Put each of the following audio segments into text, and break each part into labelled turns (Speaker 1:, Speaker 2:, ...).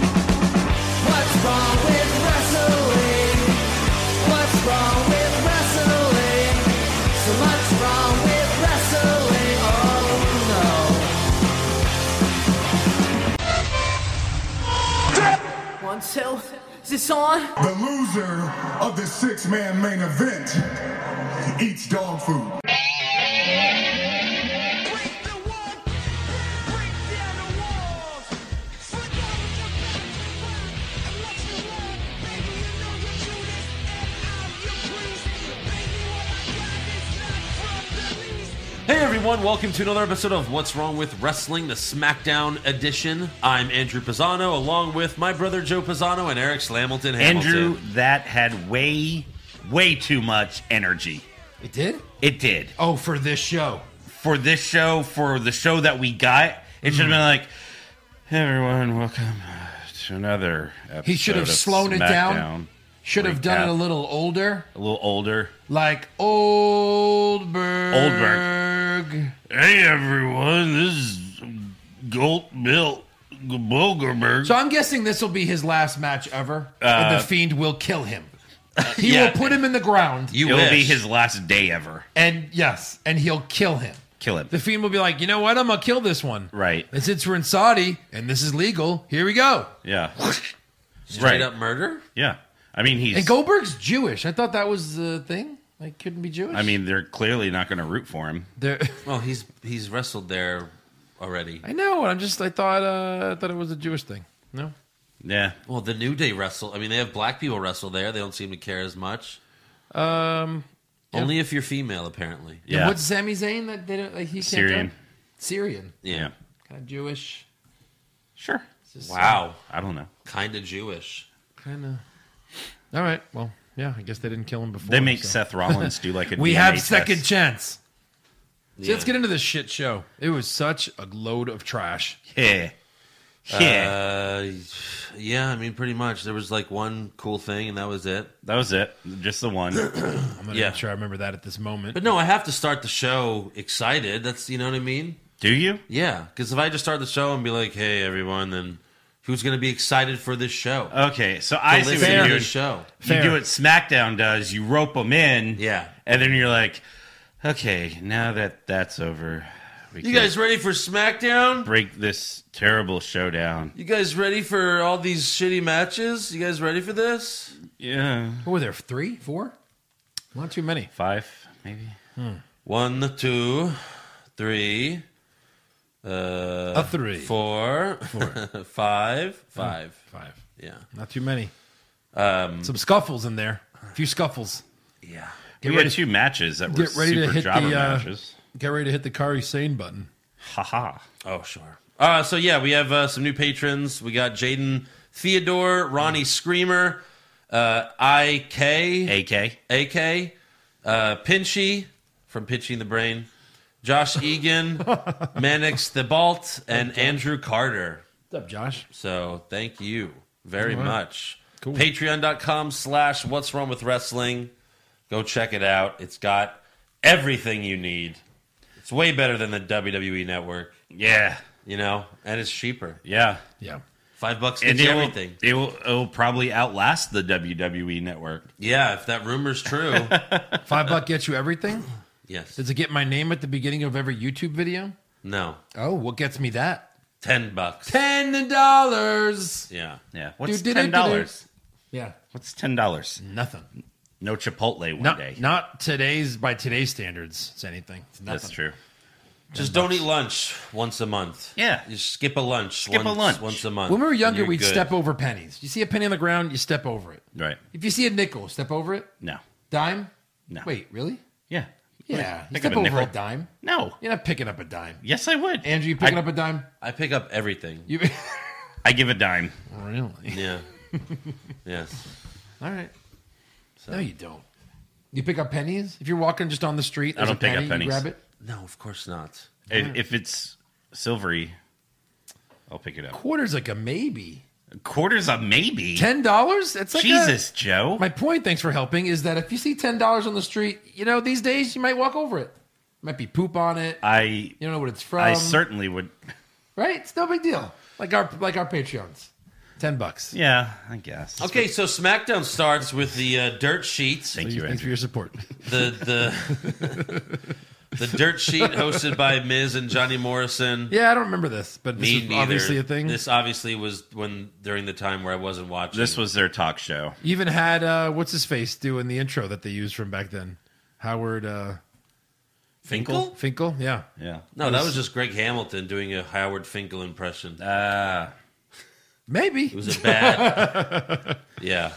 Speaker 1: What's wrong with wrestling? What's wrong with wrestling? So much wrong with wrestling. Oh no. One, two, is this on?
Speaker 2: The loser of the six man main event eats dog food.
Speaker 3: Break the wall, break down the walls. Fight all of your battles, burn and let you learn. Baby, you know you do this, and I'm your priest. Baby, what I got is not from the least.
Speaker 4: Hey everyone, welcome to another episode of What's Wrong with Wrestling, the SmackDown edition. I'm Andrew Pisano, along with my brother Joe Pisano and Eric Slamilton Hamilton.
Speaker 5: Andrew, that had way, way too much energy.
Speaker 6: It did?
Speaker 5: It did.
Speaker 6: Oh, for this show.
Speaker 5: For this show, for the show that we got, it
Speaker 6: Mm-hmm.
Speaker 5: should have been like, hey everyone, welcome to another episode.
Speaker 6: He should have
Speaker 5: of
Speaker 6: slowed it down.
Speaker 5: SmackDown."
Speaker 6: Should have done
Speaker 5: Recap.
Speaker 6: it a little older,
Speaker 5: A little older.
Speaker 6: like Oldberg.
Speaker 5: Oldberg. Hey everyone, this is Gold Bill Bulgerberg.
Speaker 6: So I'm guessing this will be his last match ever, and the Fiend will kill him. He
Speaker 5: Uh, yeah.
Speaker 6: will put him in the ground,
Speaker 4: you
Speaker 5: It'll
Speaker 4: wish.
Speaker 5: be his last day ever.
Speaker 6: and yes, and he'll kill him.
Speaker 5: Kill him.
Speaker 6: The Fiend will be like, you know what? I'm gonna kill this one.
Speaker 5: Right.
Speaker 6: And since we're in Saudi and this is legal, here we go.
Speaker 5: Yeah.
Speaker 4: straight
Speaker 5: right.
Speaker 4: up murder.
Speaker 5: Yeah. I mean, he's.
Speaker 6: And Goldberg's Jewish. I thought that was the thing. Like, couldn't be Jewish.
Speaker 5: I mean, they're clearly not going to root for him.
Speaker 6: there.
Speaker 4: Well, he's he's wrestled there already.
Speaker 6: I know. I'm just. I thought. Uh, I thought it was a Jewish thing. No.
Speaker 5: Yeah.
Speaker 4: Well, the New Day wrestle. I mean, they have black people wrestle there. They don't seem to care as much.
Speaker 6: Um.
Speaker 4: Only if you're female, apparently.
Speaker 5: Yeah.
Speaker 6: What's Sami Zayn that they don't like? He can't
Speaker 5: Syrian.
Speaker 6: do? Syrian.
Speaker 5: yeah.
Speaker 6: Kind of Jewish.
Speaker 5: Sure.
Speaker 4: Wow,
Speaker 5: I don't know.
Speaker 4: kind of Jewish.
Speaker 6: Kind of. All right. Well. Yeah. I guess they didn't kill him before.
Speaker 5: They make
Speaker 6: so.
Speaker 5: Seth Rollins do like a.
Speaker 6: We
Speaker 5: DNA
Speaker 6: have
Speaker 5: test.
Speaker 6: second chance. So
Speaker 4: Yeah.
Speaker 6: let's get into this shit show. It was such a load of trash.
Speaker 5: Yeah. Yeah.
Speaker 4: Uh, yeah, I mean, pretty much. There was like one cool thing, and that was it.
Speaker 5: that was it. Just the one.
Speaker 6: I'm gonna
Speaker 4: Yeah.
Speaker 6: make sure I remember that at this moment.
Speaker 4: But no, I have to start the show excited. That's you know what I mean.
Speaker 5: do you?
Speaker 4: Yeah, because if I just start the show and be like, "Hey, everyone," then who's going to be excited for this show?
Speaker 5: Okay. So
Speaker 4: To
Speaker 5: I see
Speaker 4: listen
Speaker 5: what
Speaker 4: to
Speaker 5: you
Speaker 4: this
Speaker 5: do.
Speaker 4: show.
Speaker 5: You do what SmackDown does. You rope them in.
Speaker 4: Yeah.
Speaker 5: And then you're like, okay, now that that's over, we
Speaker 4: You
Speaker 5: can
Speaker 4: guys ready for SmackDown?
Speaker 5: break this terrible showdown.
Speaker 4: You guys ready for all these shitty matches? You guys ready for this?
Speaker 5: Yeah.
Speaker 6: what were there three, four? Not too many.
Speaker 5: Five, maybe.
Speaker 4: One, two, three, uh,
Speaker 6: A three.
Speaker 4: four, five, five.
Speaker 6: Five.
Speaker 4: Yeah,
Speaker 6: Not too many. Um, Some scuffles in there. A few scuffles.
Speaker 4: yeah.
Speaker 5: we
Speaker 6: ready-
Speaker 5: had two matches that were
Speaker 6: get ready to
Speaker 5: super
Speaker 6: hit
Speaker 5: jobber
Speaker 6: the, uh,
Speaker 5: matches.
Speaker 6: Get ready to hit the Kari Sane button.
Speaker 5: Haha.
Speaker 4: Oh, sure. Uh, so yeah, we have uh, some new patrons. We got Jaden Theodore, Ronnie Screamer, uh, I.K.
Speaker 5: AK.
Speaker 4: AK, uh, Pinchy from Pitching the Brain, Josh Egan, Mannix the Balt, and Andrew Carter.
Speaker 6: What's up, Josh?
Speaker 4: So thank you very much. Patreon.com slash what's wrong with wrestling. Go check it out. It's got everything you need. It's way better than the WWE network,
Speaker 5: Yeah.
Speaker 4: you know, and it's cheaper.
Speaker 5: Yeah.
Speaker 6: Yeah.
Speaker 4: Five bucks
Speaker 5: And
Speaker 4: gets
Speaker 5: it
Speaker 4: you
Speaker 5: will,
Speaker 4: everything.
Speaker 5: it will it will probably outlast the WWE network.
Speaker 4: Yeah, if that rumor's true.
Speaker 6: Five buck gets you everything.
Speaker 4: yes.
Speaker 6: Does it get my name at the beginning of every YouTube video?
Speaker 4: No.
Speaker 6: Oh, what gets me that?
Speaker 4: Ten bucks.
Speaker 6: Ten dollars.
Speaker 4: Yeah.
Speaker 5: Yeah. What's
Speaker 6: Do, do, do,
Speaker 5: ten
Speaker 6: do, do.
Speaker 5: dollars?
Speaker 6: Yeah,
Speaker 5: What's ten dollars?
Speaker 6: nothing.
Speaker 5: No Chipotle one
Speaker 6: Not,
Speaker 5: day.
Speaker 6: not today's by today's standards. It's anything. It's nothing.
Speaker 5: That's true.
Speaker 4: Just don't eat lunch once a month.
Speaker 5: Yeah.
Speaker 4: You skip a lunch.
Speaker 5: Skip a
Speaker 4: once,
Speaker 5: lunch.
Speaker 4: once a month.
Speaker 6: When we were
Speaker 4: and
Speaker 6: younger,
Speaker 4: you're
Speaker 6: we'd
Speaker 4: good.
Speaker 6: step over pennies. You see a penny on the ground, you step over it.
Speaker 5: Right.
Speaker 6: If you see a nickel, step over it.
Speaker 5: No.
Speaker 6: Dime?
Speaker 5: No.
Speaker 6: Wait, really?
Speaker 5: Yeah.
Speaker 6: Yeah. You
Speaker 5: Pick
Speaker 6: step
Speaker 5: up a
Speaker 6: over
Speaker 5: nickel.
Speaker 6: a dime.
Speaker 5: No.
Speaker 6: You're not picking up a dime.
Speaker 5: Yes, I would.
Speaker 6: Andrew, you picking
Speaker 5: I-
Speaker 6: up a dime?
Speaker 4: I pick up everything.
Speaker 6: You
Speaker 5: I give a dime.
Speaker 6: really?
Speaker 4: Yeah. yes.
Speaker 6: All right. No, you don't. You pick up pennies if you're walking just on the street.
Speaker 5: I don't
Speaker 6: There's a
Speaker 5: pick up
Speaker 6: penny,
Speaker 5: pennies.
Speaker 6: You grab it.
Speaker 4: No, of course not.
Speaker 5: If If it's silvery, I'll pick it up.
Speaker 6: Quarters like a maybe.
Speaker 5: Quarters a maybe.
Speaker 6: Ten dollars? That's like a-
Speaker 5: Jesus, Joe.
Speaker 6: my point. Thanks for helping. Is that if you see ten dollars on the street, you know these days you might walk over it. Might be poop on it.
Speaker 5: I
Speaker 6: you don't know what it's from.
Speaker 5: I certainly would.
Speaker 6: right? It's no big deal. Like our like our Patreons, ten bucks.
Speaker 5: Yeah, I guess.
Speaker 4: Okay, so SmackDown starts with the uh, dirt sheets.
Speaker 5: Thank you,
Speaker 6: Thanks
Speaker 5: Andrew.
Speaker 6: for your support.
Speaker 4: the the the dirt sheet hosted by Miz and Johnny Morrison.
Speaker 6: yeah, I don't remember this, but this
Speaker 4: Me
Speaker 6: is
Speaker 4: neither.
Speaker 6: obviously a thing.
Speaker 4: This obviously was when during the time where I wasn't watching.
Speaker 5: This was their talk show.
Speaker 6: You even had uh, what's his face doing the intro that they used from back then, Howard uh,
Speaker 4: Finkel.
Speaker 6: Finkel. Yeah,
Speaker 5: Yeah.
Speaker 4: No, that was just Greg Hamilton doing a Howard Finkel impression. That
Speaker 5: Uh,
Speaker 6: maybe.
Speaker 4: was a bad. yeah,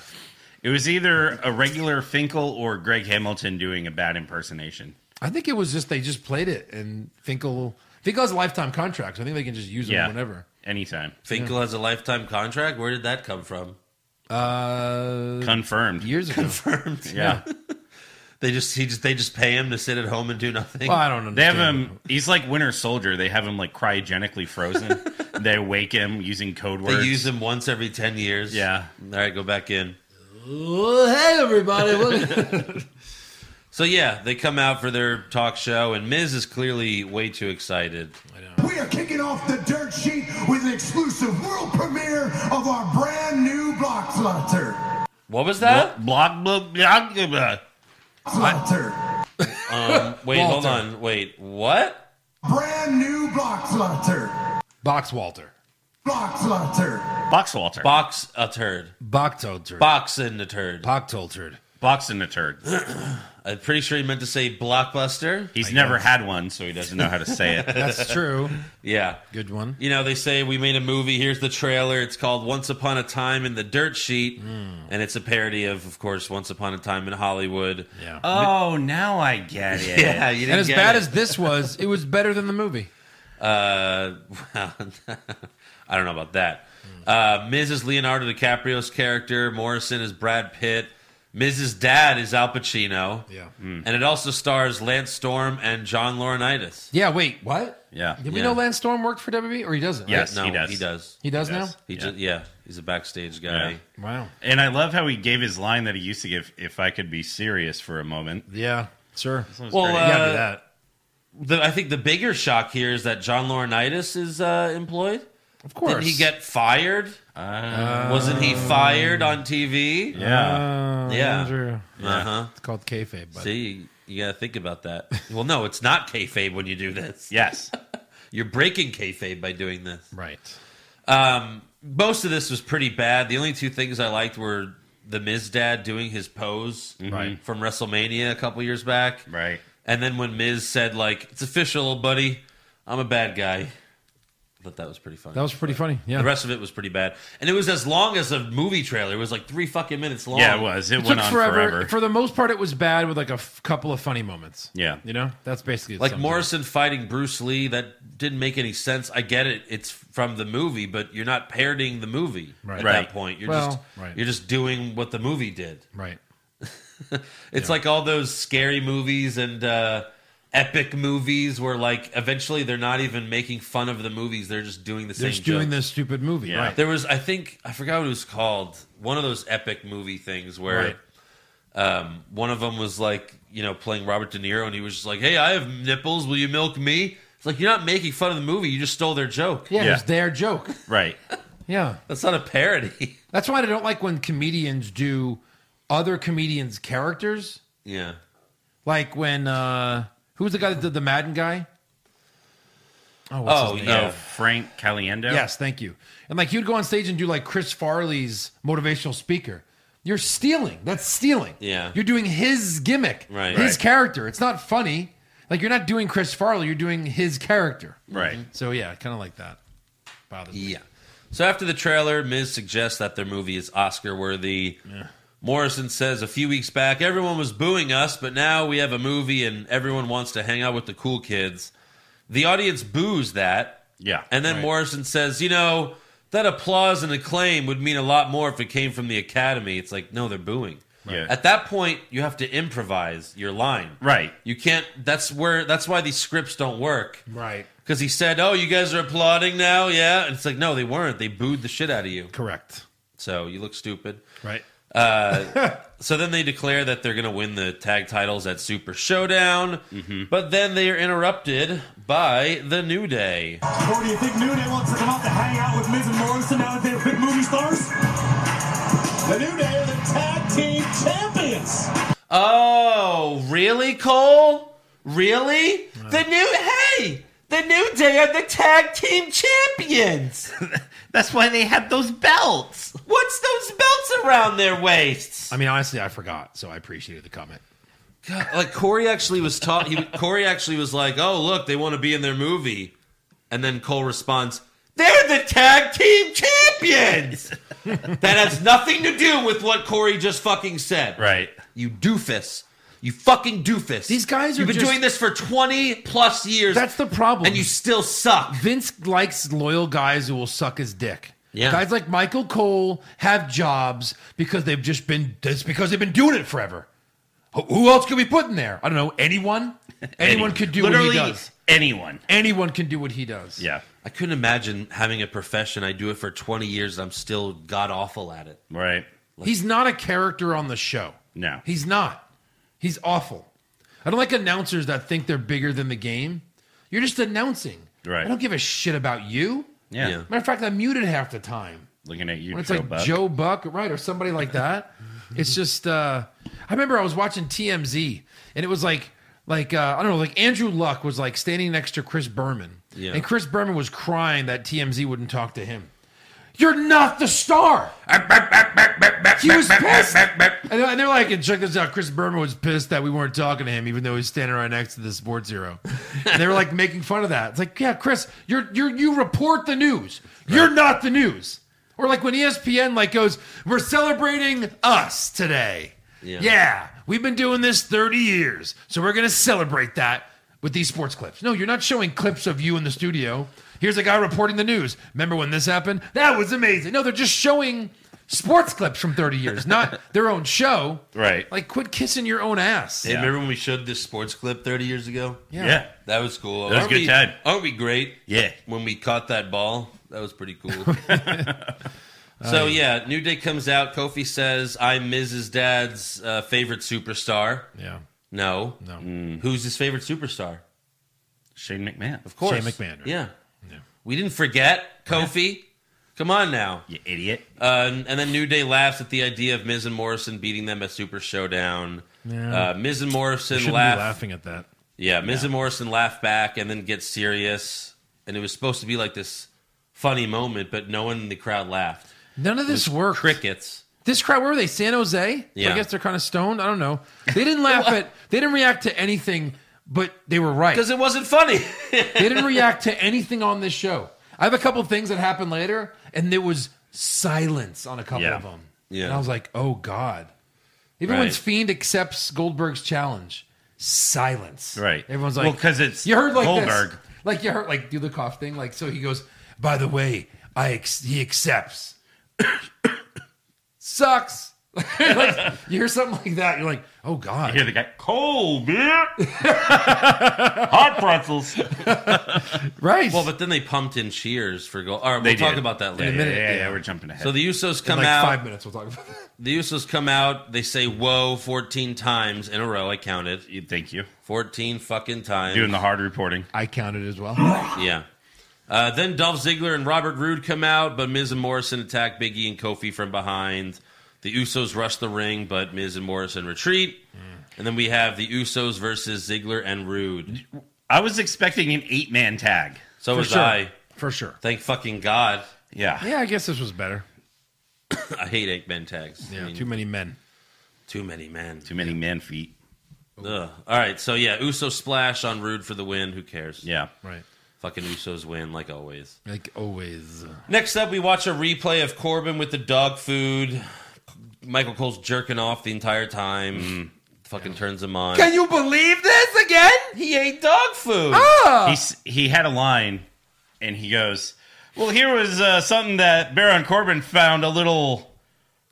Speaker 5: it was either a regular Finkel or Greg Hamilton doing a bad impersonation.
Speaker 6: I think it was just they just played it, and Finkel Finkel has a lifetime contract, so I think they can just use it
Speaker 5: Yeah.
Speaker 6: whenever.
Speaker 5: Anytime.
Speaker 4: Finkel has a lifetime contract. Where did that come from?
Speaker 6: Uh,
Speaker 5: Confirmed.
Speaker 6: years ago.
Speaker 5: yeah.
Speaker 4: They just he just they just pay him to sit at home and do nothing.
Speaker 6: Well, I don't
Speaker 5: They have
Speaker 6: understand.
Speaker 5: him. He's like Winter Soldier. They have him like cryogenically frozen. they wake him using code
Speaker 4: they
Speaker 5: words.
Speaker 4: use him once every ten years.
Speaker 5: Yeah.
Speaker 4: All right, go back in.
Speaker 6: Well, Oh, hey everybody! What-
Speaker 4: So yeah, they come out for their talk show, and Miz is clearly way too excited.
Speaker 2: We are kicking off the dirt sheet with an exclusive world premiere of our brand new block flutter.
Speaker 4: What was that?
Speaker 5: block block block. blah.
Speaker 2: Flutter.
Speaker 4: Wait, hold
Speaker 6: Walter.
Speaker 4: on. Wait, what?
Speaker 2: Brand new block flutter.
Speaker 6: Box Walter,
Speaker 2: Block flutter.
Speaker 5: Box Walter.
Speaker 4: Box a turd.
Speaker 6: Bochtolter,
Speaker 4: Box in a turd.
Speaker 6: Bochtolter.
Speaker 5: Box in a turd.
Speaker 4: I'm pretty sure he meant to say blockbuster.
Speaker 5: He's never had one, so he doesn't know how to say it.
Speaker 6: That's true.
Speaker 4: Yeah.
Speaker 6: Good one.
Speaker 4: You know, they say we made a movie. Here's the trailer. It's called Once Upon a Time in the Dirt Sheet. And it's a parody of, of course, Once Upon a Time in Hollywood.
Speaker 6: Yeah.
Speaker 5: oh, now I get it.
Speaker 4: Yeah, you didn't
Speaker 6: Uh, and as
Speaker 4: get
Speaker 6: bad
Speaker 4: it.
Speaker 6: as this was, it was better than the movie.
Speaker 4: Uh, well, I don't know about that. Uh, Miz is Leonardo DiCaprio's character. Morrison is Brad Pitt. Miz's dad is Al Pacino.
Speaker 6: Yeah.
Speaker 4: And it also stars Lance Storm and John Laurinaitis.
Speaker 6: Yeah. Wait. What?
Speaker 5: Yeah.
Speaker 6: Did we
Speaker 4: Yeah.
Speaker 6: know Lance Storm worked for WWE, or he doesn't?
Speaker 5: Yes.
Speaker 6: right?
Speaker 4: no,
Speaker 5: he does.
Speaker 4: He does.
Speaker 6: He does,
Speaker 5: Yes.
Speaker 6: now.
Speaker 4: He
Speaker 5: Yeah.
Speaker 4: just yeah, he's a backstage guy.
Speaker 5: Yeah.
Speaker 6: Wow.
Speaker 5: And I love how he gave his line that he used to give if I could be serious for a moment.
Speaker 6: Yeah. Sure.
Speaker 5: That was
Speaker 4: Well,
Speaker 5: great.
Speaker 6: You gotta
Speaker 4: Uh,
Speaker 6: do that.
Speaker 4: The, I think the bigger shock here is that John Laurinaitis is uh, employed.
Speaker 6: Of course.
Speaker 4: Did he get fired? Uh, Wasn't he fired on TV?
Speaker 5: yeah.
Speaker 6: Uh,
Speaker 4: Yeah.
Speaker 6: Andrew.
Speaker 4: Uh huh.
Speaker 6: It's called kayfabe. But
Speaker 4: See, you gotta think about that. well, no, it's not kayfabe when you do this.
Speaker 5: yes.
Speaker 4: You're breaking kayfabe by doing this.
Speaker 6: right.
Speaker 4: Um, most of this was pretty bad. The only two things I liked were the Miz dad doing his pose
Speaker 6: Mm-hmm.
Speaker 5: Right.
Speaker 4: from WrestleMania a couple years back,
Speaker 5: Right.
Speaker 4: and then when Miz said like, "It's official, buddy, I'm a bad guy." I thought that was pretty funny.
Speaker 6: That was pretty funny. Yeah.
Speaker 4: the rest of it was pretty bad, and it was as long as a movie trailer. It was like three fucking minutes long.
Speaker 5: Yeah, it was. It,
Speaker 6: it
Speaker 5: went
Speaker 6: took
Speaker 5: on
Speaker 6: forever.
Speaker 5: forever.
Speaker 6: For the most part, it was bad with like a f- couple of funny moments.
Speaker 5: Yeah.
Speaker 6: You know, that's basically it
Speaker 4: Like
Speaker 6: sums
Speaker 4: Morrison fighting Bruce Lee, that didn't make any sense. I get it; it's from the movie, but you're not parodying the movie
Speaker 6: Right.
Speaker 4: at
Speaker 5: Right.
Speaker 4: that point. You're
Speaker 6: Well,
Speaker 4: just
Speaker 6: right.
Speaker 4: you're just doing what the movie did.
Speaker 6: up. Right.
Speaker 4: It's like all those scary movies and uh, epic movies where, like, eventually they're not even making fun of the movies; they're just doing the same.
Speaker 6: They're just doing
Speaker 4: jokes.
Speaker 6: this stupid movie.
Speaker 5: Yeah.
Speaker 6: Right.
Speaker 4: There was, I think, I forgot what it was called. One of those epic movie things where.
Speaker 6: Right.
Speaker 4: Um, one of them was like, you know, playing Robert De Niro, and he was just like, "Hey, I have nipples. Will you milk me?" It's like you're not making fun of the movie; you just stole their joke.
Speaker 6: Yeah,
Speaker 5: Yeah.
Speaker 6: It's their joke.
Speaker 5: Right.
Speaker 6: Yeah.
Speaker 4: That's not a parody.
Speaker 6: That's why I don't like when comedians do other comedians' characters.
Speaker 4: yeah,
Speaker 6: Like when uh who was the guy that did the Madden guy? Oh, what's
Speaker 4: Oh,
Speaker 6: his name?
Speaker 4: yeah.
Speaker 5: Oh, Frank Caliendo.
Speaker 6: Yes, thank you. And like you'd go on stage and do like Chris Farley's motivational speaker. You're stealing. That's stealing.
Speaker 4: Yeah.
Speaker 6: You're doing his gimmick,
Speaker 4: Right.
Speaker 6: his
Speaker 4: Right.
Speaker 6: character. It's not funny. Like you're not doing Chris Farley, you're doing his character.
Speaker 5: Right.
Speaker 6: So yeah, kind of like that. Bothers me.
Speaker 4: Yeah. So after the trailer, Miz suggests that their movie is Oscar worthy. Morrison says a few weeks back, everyone was booing us, but now we have a movie and everyone wants to hang out with the cool kids. The audience boos that.
Speaker 5: Yeah.
Speaker 4: And then Morrison says, you know, that applause and acclaim would mean a lot more if it came from the Academy. It's like, no, they're booing.
Speaker 5: Yeah.
Speaker 4: At that point, you have to improvise your line.
Speaker 5: Right.
Speaker 4: You can't. That's where. That's why these scripts don't work.
Speaker 6: Right.
Speaker 4: Because he said, "Oh, you guys are applauding now, yeah." And it's like, no, they weren't. They booed the shit out of you.
Speaker 6: Correct.
Speaker 4: So you look stupid.
Speaker 6: Right.
Speaker 4: So then they declare that they're going to win the tag titles at Super Showdown, but then they are interrupted by the New Day.
Speaker 7: Or do you think New Day wants to come out to hang out with Miz and Morrison now that they're big movie stars? The New Day are the tag team champions.
Speaker 4: Oh, really, Cole? Really? The new hey, the New Day are the tag team champions.
Speaker 5: That's why they had those belts.
Speaker 4: What's those belts around their waists?
Speaker 6: I mean, honestly, I forgot, so I appreciated the comment.
Speaker 4: God, like Corey actually was taught. He Corey actually was like, "Oh, look, they want to be in their movie," and then Cole responds, "They're the tag team champions." that has nothing to do with what Corey just fucking said.
Speaker 5: Right.
Speaker 4: You doofus. You fucking doofus.
Speaker 6: These guys are
Speaker 4: You've been
Speaker 6: just-
Speaker 4: doing this for twenty plus years.
Speaker 6: That's the problem.
Speaker 4: and you still suck.
Speaker 6: Vince likes loyal guys who will suck his dick.
Speaker 4: Yeah.
Speaker 6: Guys like Michael Cole have jobs because they've just been that's because they've been doing it forever. Who- Who else could we put in there? I don't know. Anyone? Anyone, could do
Speaker 5: Literally
Speaker 6: what he does.
Speaker 5: Anyone.
Speaker 6: Anyone can do what he does.
Speaker 5: Yeah.
Speaker 4: I couldn't imagine having a profession. I do it for twenty years. I'm still god awful at it.
Speaker 5: Right.
Speaker 6: He's not a character on the show.
Speaker 5: No.
Speaker 6: He's not. He's awful. I don't like announcers that think they're bigger than the game. You're just announcing.
Speaker 5: Right.
Speaker 6: I don't give a shit about you.
Speaker 5: Yeah.
Speaker 4: Yeah.
Speaker 6: Matter of fact, I'm muted half the time.
Speaker 5: Looking at you,
Speaker 6: when it's
Speaker 5: Joe
Speaker 6: like
Speaker 5: Buck.
Speaker 6: Joe Buck, right, or somebody like that. it's just uh I remember I was watching TMZ and it was like like uh, I don't know, like Andrew Luck was like standing next to Chris Berman.
Speaker 4: Yeah.
Speaker 6: And Chris Berman was crying that TMZ wouldn't talk to him. You're not the star. He was pissed. And they're and they're like, and check this out. Chris Berman was pissed that we weren't talking to him, even though he's standing right next to the sports hero. And they were like making fun of that. It's like, yeah, Chris, you're you're you report the news. You're not the news. Or like when E ESPN like goes, we're celebrating us today.
Speaker 4: Yeah.
Speaker 6: Yeah. we've been doing this 30 years, so we're gonna celebrate that with these sports clips. No, you're not showing clips of you in the studio. Here's a guy reporting the news. Remember when this happened? That was amazing. No, they're just showing sports clips from 30 years, not their own show.
Speaker 5: Right.
Speaker 6: Like, quit kissing your own ass.
Speaker 4: Hey, remember when we showed this sports clip thirty years ago?
Speaker 5: yeah.
Speaker 4: That was cool.
Speaker 5: That was a
Speaker 4: Aren't
Speaker 5: good
Speaker 4: we-
Speaker 5: time.
Speaker 4: Aren't we great?
Speaker 5: Yeah.
Speaker 4: When we caught that ball, that was pretty cool. so yeah, New Day comes out. Kofi says, "I'm Miz's dad's uh, favorite superstar."
Speaker 6: Yeah.
Speaker 4: No,
Speaker 6: No.
Speaker 4: Who's his favorite superstar?
Speaker 5: Shane McMahon.
Speaker 4: Of course,
Speaker 6: Shane McMahon, right?
Speaker 4: Yeah. We didn't forget Kofi. Come on now.
Speaker 5: You idiot.
Speaker 4: Uh, and- and then New Day laughs at the idea of Miz and Morrison beating them at Super Showdown.
Speaker 6: Yeah.
Speaker 4: Uh, Miz and Morrison
Speaker 6: Shouldn't
Speaker 4: laugh.
Speaker 6: be laughing at that.
Speaker 4: Yeah, Miz and Morrison laugh back and then get serious. And it was supposed to be like this funny moment, but no one in the crowd laughed.
Speaker 6: None of this worked.
Speaker 4: Crickets.
Speaker 6: This crowd, where were they? San Jose?
Speaker 4: Yeah.
Speaker 6: I guess they're kind of stoned. I don't know. They didn't laugh at, they didn't react to anything, but they were right.
Speaker 4: Because it wasn't funny.
Speaker 6: They didn't react to anything on this show. I have a couple of things that happened later, and there was silence on a couple
Speaker 5: Yeah.
Speaker 6: of them.
Speaker 4: Yeah.
Speaker 6: And I was like, oh, God. Even when
Speaker 4: Right.
Speaker 6: Fiend accepts Goldberg's challenge, silence.
Speaker 5: Right.
Speaker 6: Everyone's like,
Speaker 5: Well, 'cause it's
Speaker 6: you heard like
Speaker 5: Goldberg.
Speaker 6: This. Like you heard like do the cough thing. Like so he goes, by the way, I ex- he accepts. Sucks. like you hear something like that, you're like, oh God.
Speaker 5: Here the guy. Cold, man. Hot pretzels.
Speaker 6: Right.
Speaker 4: well, but then they pumped in cheers for gold. All right, we'll
Speaker 5: They
Speaker 4: talk
Speaker 5: did.
Speaker 4: about that
Speaker 5: Yeah,
Speaker 4: later.
Speaker 5: yeah,
Speaker 6: minute,
Speaker 5: yeah,
Speaker 6: yeah.
Speaker 5: We're jumping ahead.
Speaker 4: So the Usos come
Speaker 6: like
Speaker 4: out.
Speaker 6: five minutes we'll talk about that.
Speaker 4: The Usos come out. They say "whoa" fourteen times in a row. I counted
Speaker 5: You- Thank you.
Speaker 4: fourteen fucking times.
Speaker 5: Doing the hard reporting.
Speaker 6: I counted as well.
Speaker 4: Yeah. Uh, then Dolph Ziggler and Robert Roode come out, but Miz and Morrison attack Biggie and Kofi from behind. The Usos rush the ring, but Miz and Morrison retreat.
Speaker 6: Mm.
Speaker 4: And then we have the Usos versus Ziggler and Rude.
Speaker 5: I was expecting an eight man tag.
Speaker 4: So
Speaker 6: For
Speaker 4: was
Speaker 6: sure.
Speaker 4: I.
Speaker 6: For sure.
Speaker 4: Thank fucking God.
Speaker 5: Yeah.
Speaker 6: Yeah, I guess this was better.
Speaker 4: I hate Eggman tags. I
Speaker 6: Yeah,
Speaker 4: mean,
Speaker 6: too many men.
Speaker 4: too many men.
Speaker 5: Too many man feet.
Speaker 4: Ugh. All right, so yeah, Uso splash on Rude for the win. Who cares?
Speaker 5: Yeah.
Speaker 6: Right.
Speaker 4: Fucking Usos win, like always.
Speaker 6: Like always.
Speaker 4: Next up, we watch a replay of Corbin with the dog food. Michael Cole's jerking off the entire time.
Speaker 6: Mm.
Speaker 4: Fucking turns him on.
Speaker 6: you believe this again?
Speaker 4: he ate dog food.
Speaker 5: He's, he had a line, and he goes, "Well, here was uh, something that Baron Corbin found a little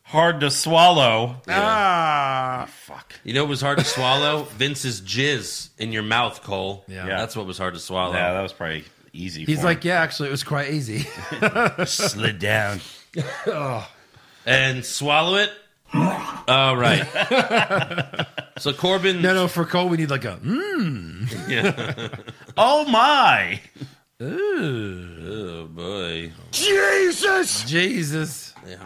Speaker 5: hard to swallow."
Speaker 6: Oh.
Speaker 5: Ah, fuck.
Speaker 4: You know what was hard to swallow? Vince's jizz in your mouth, Cole.
Speaker 6: Yeah.
Speaker 5: Yeah.
Speaker 4: That's what was hard to swallow.
Speaker 5: Yeah, that was probably easy.
Speaker 6: He's
Speaker 5: for
Speaker 6: like, yeah, actually, it was quite easy.
Speaker 5: him. slid down.
Speaker 4: And swallow it? All right. so Corbin.
Speaker 6: no, no, for Cole, we need like a. Mm.
Speaker 5: Oh my!
Speaker 4: Oh, boy.
Speaker 6: Jesus.
Speaker 4: Yeah.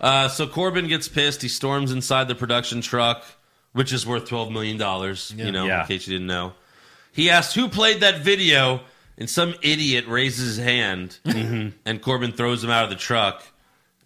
Speaker 4: Uh, so Corbin gets pissed. He storms inside the production truck, which is worth twelve million dollars. You know,
Speaker 5: Yeah.
Speaker 4: in case you didn't know. He asked who played that video, and some idiot raises his hand,
Speaker 6: Mm-hmm.
Speaker 4: and Corbin throws him out of the truck.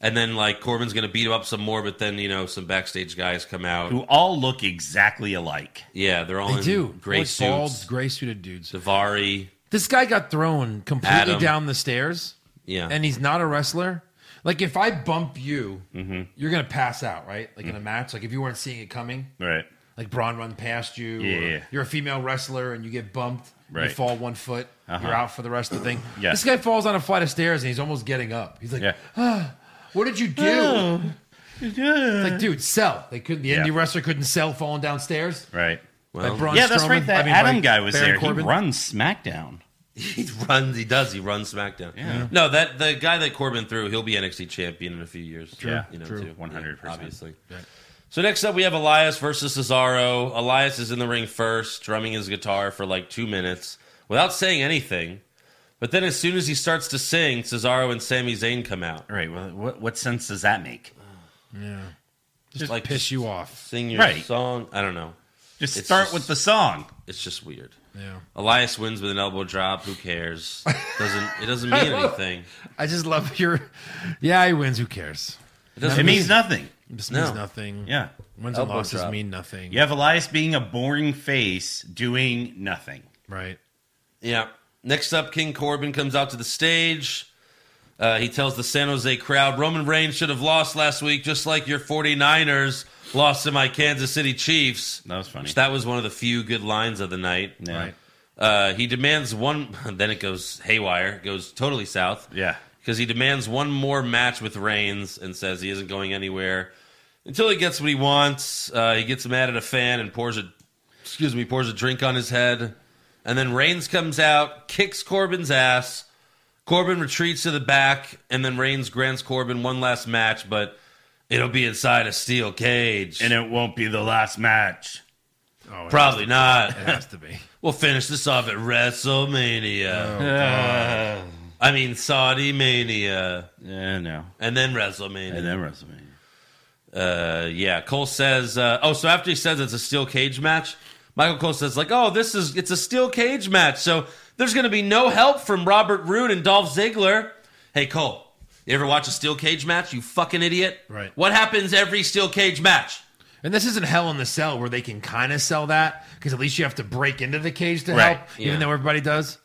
Speaker 4: And then, like Corbin's gonna beat him up some more, but then you know some backstage guys come out.
Speaker 5: Who all look exactly alike.
Speaker 4: Yeah, they're all
Speaker 6: They
Speaker 4: in
Speaker 6: do.
Speaker 4: gray
Speaker 6: Like Bald,
Speaker 4: suits.
Speaker 6: gray suited dudes.
Speaker 4: Davari.
Speaker 6: This guy got thrown completely
Speaker 4: Adam.
Speaker 6: down the stairs,
Speaker 4: Yeah,
Speaker 6: and he's not a wrestler. Like, if I bump you,
Speaker 4: Mm-hmm.
Speaker 6: you're going to pass out, right? Like in
Speaker 4: Mm.
Speaker 6: a match. Like, if you weren't seeing it coming,
Speaker 5: Right.
Speaker 6: like Braun run past you. or
Speaker 5: Yeah.
Speaker 6: You're a female wrestler and you get bumped. You
Speaker 5: Right. Uh-huh.
Speaker 6: fall one foot. You're out for the rest of the thing.
Speaker 5: Yeah.
Speaker 6: This guy falls on a flight of stairs and he's almost getting up. He's like,
Speaker 5: Yeah.
Speaker 6: "What did you do?" Oh. It's like, dude, sell. They couldn't. The
Speaker 5: Yeah.
Speaker 6: indie wrestler couldn't sell falling downstairs.
Speaker 5: Right.
Speaker 4: well,
Speaker 6: Braun
Speaker 5: yeah, that's
Speaker 6: Strowman-
Speaker 5: right. That
Speaker 6: I mean,
Speaker 5: Adam
Speaker 6: like
Speaker 5: guy was
Speaker 6: Baron
Speaker 5: there.
Speaker 6: Corbin.
Speaker 5: He runs SmackDown.
Speaker 4: he runs. He does. He runs SmackDown.
Speaker 5: Yeah.
Speaker 4: No, that the guy that Corbin threw, he'll be NXT champion in a few years.
Speaker 5: Yeah,
Speaker 4: you know,
Speaker 5: true.
Speaker 4: too.
Speaker 5: 100%.
Speaker 4: Yeah, obviously. So next up, we have Elias versus Cesaro. Elias is in the ring first, drumming his guitar for like two minutes without saying anything. But then, as soon as he starts to sing, Cesaro and Sami Zayn come out.
Speaker 5: All right. Well, what what sense does that make?
Speaker 6: Just
Speaker 4: like,
Speaker 6: like piss
Speaker 4: just-
Speaker 6: you off.
Speaker 4: Sing your
Speaker 5: Right.
Speaker 4: song. I don't know.
Speaker 5: Just
Speaker 4: It's
Speaker 5: start
Speaker 4: just-
Speaker 5: with the song.
Speaker 4: It's just weird.
Speaker 6: Yeah.
Speaker 4: Elias wins with an elbow drop. Who cares? Doesn't it doesn't mean anything?
Speaker 6: I just love your. Yeah, he wins. Who cares?
Speaker 4: It doesn't
Speaker 5: It means nothing.
Speaker 6: This
Speaker 4: No.
Speaker 6: means nothing.
Speaker 5: Yeah.
Speaker 6: Wins and
Speaker 4: Elbow
Speaker 6: losses
Speaker 4: drop.
Speaker 6: mean nothing.
Speaker 5: You have Elias being a boring face doing nothing.
Speaker 6: Right.
Speaker 4: Yeah. Next up, King Corbin comes out to the stage. Uh, he tells the San Jose crowd Roman Reigns should have lost last week, just like your 49ers lost to my Kansas City Chiefs.
Speaker 5: That was funny.
Speaker 4: Which that was one of the few good lines of the night.
Speaker 5: Yeah.
Speaker 6: Right.
Speaker 4: Uh, he demands one, then it goes haywire, it goes totally south.
Speaker 5: Yeah.
Speaker 4: Because he demands one more match with Reigns and says he isn't going anywhere until he gets what he wants. Uh, he gets mad at a fan and pours a, excuse me, pours a drink on his head. And then Reigns comes out, kicks Corbin's ass. Corbin retreats to the back, and then Reigns grants Corbin one last match, but it'll be inside a steel cage.
Speaker 5: And it won't be the last match.
Speaker 6: Oh, it
Speaker 4: Probably not.
Speaker 6: has- it has to be.
Speaker 4: We'll finish this off at
Speaker 5: Oh,
Speaker 4: WrestleMania. I mean, Saudi Mania.
Speaker 5: Yeah, no.
Speaker 4: And then WrestleMania.
Speaker 5: And then WrestleMania.
Speaker 4: Uh, yeah, Cole says. Uh, oh, so after he says it's a steel cage match, Michael Cole says like, "Oh, this is it's a steel cage match." So there's going to be no help from Robert Roode and Dolph Ziggler. Hey, Cole, you ever watch a steel cage match? You fucking idiot!
Speaker 6: Right.
Speaker 4: What happens every steel cage match?
Speaker 6: And this isn't Hell in the Cell where they can kind of sell that because at least you have to break into the cage to
Speaker 5: Right,
Speaker 6: help,
Speaker 4: yeah.
Speaker 6: even though everybody does.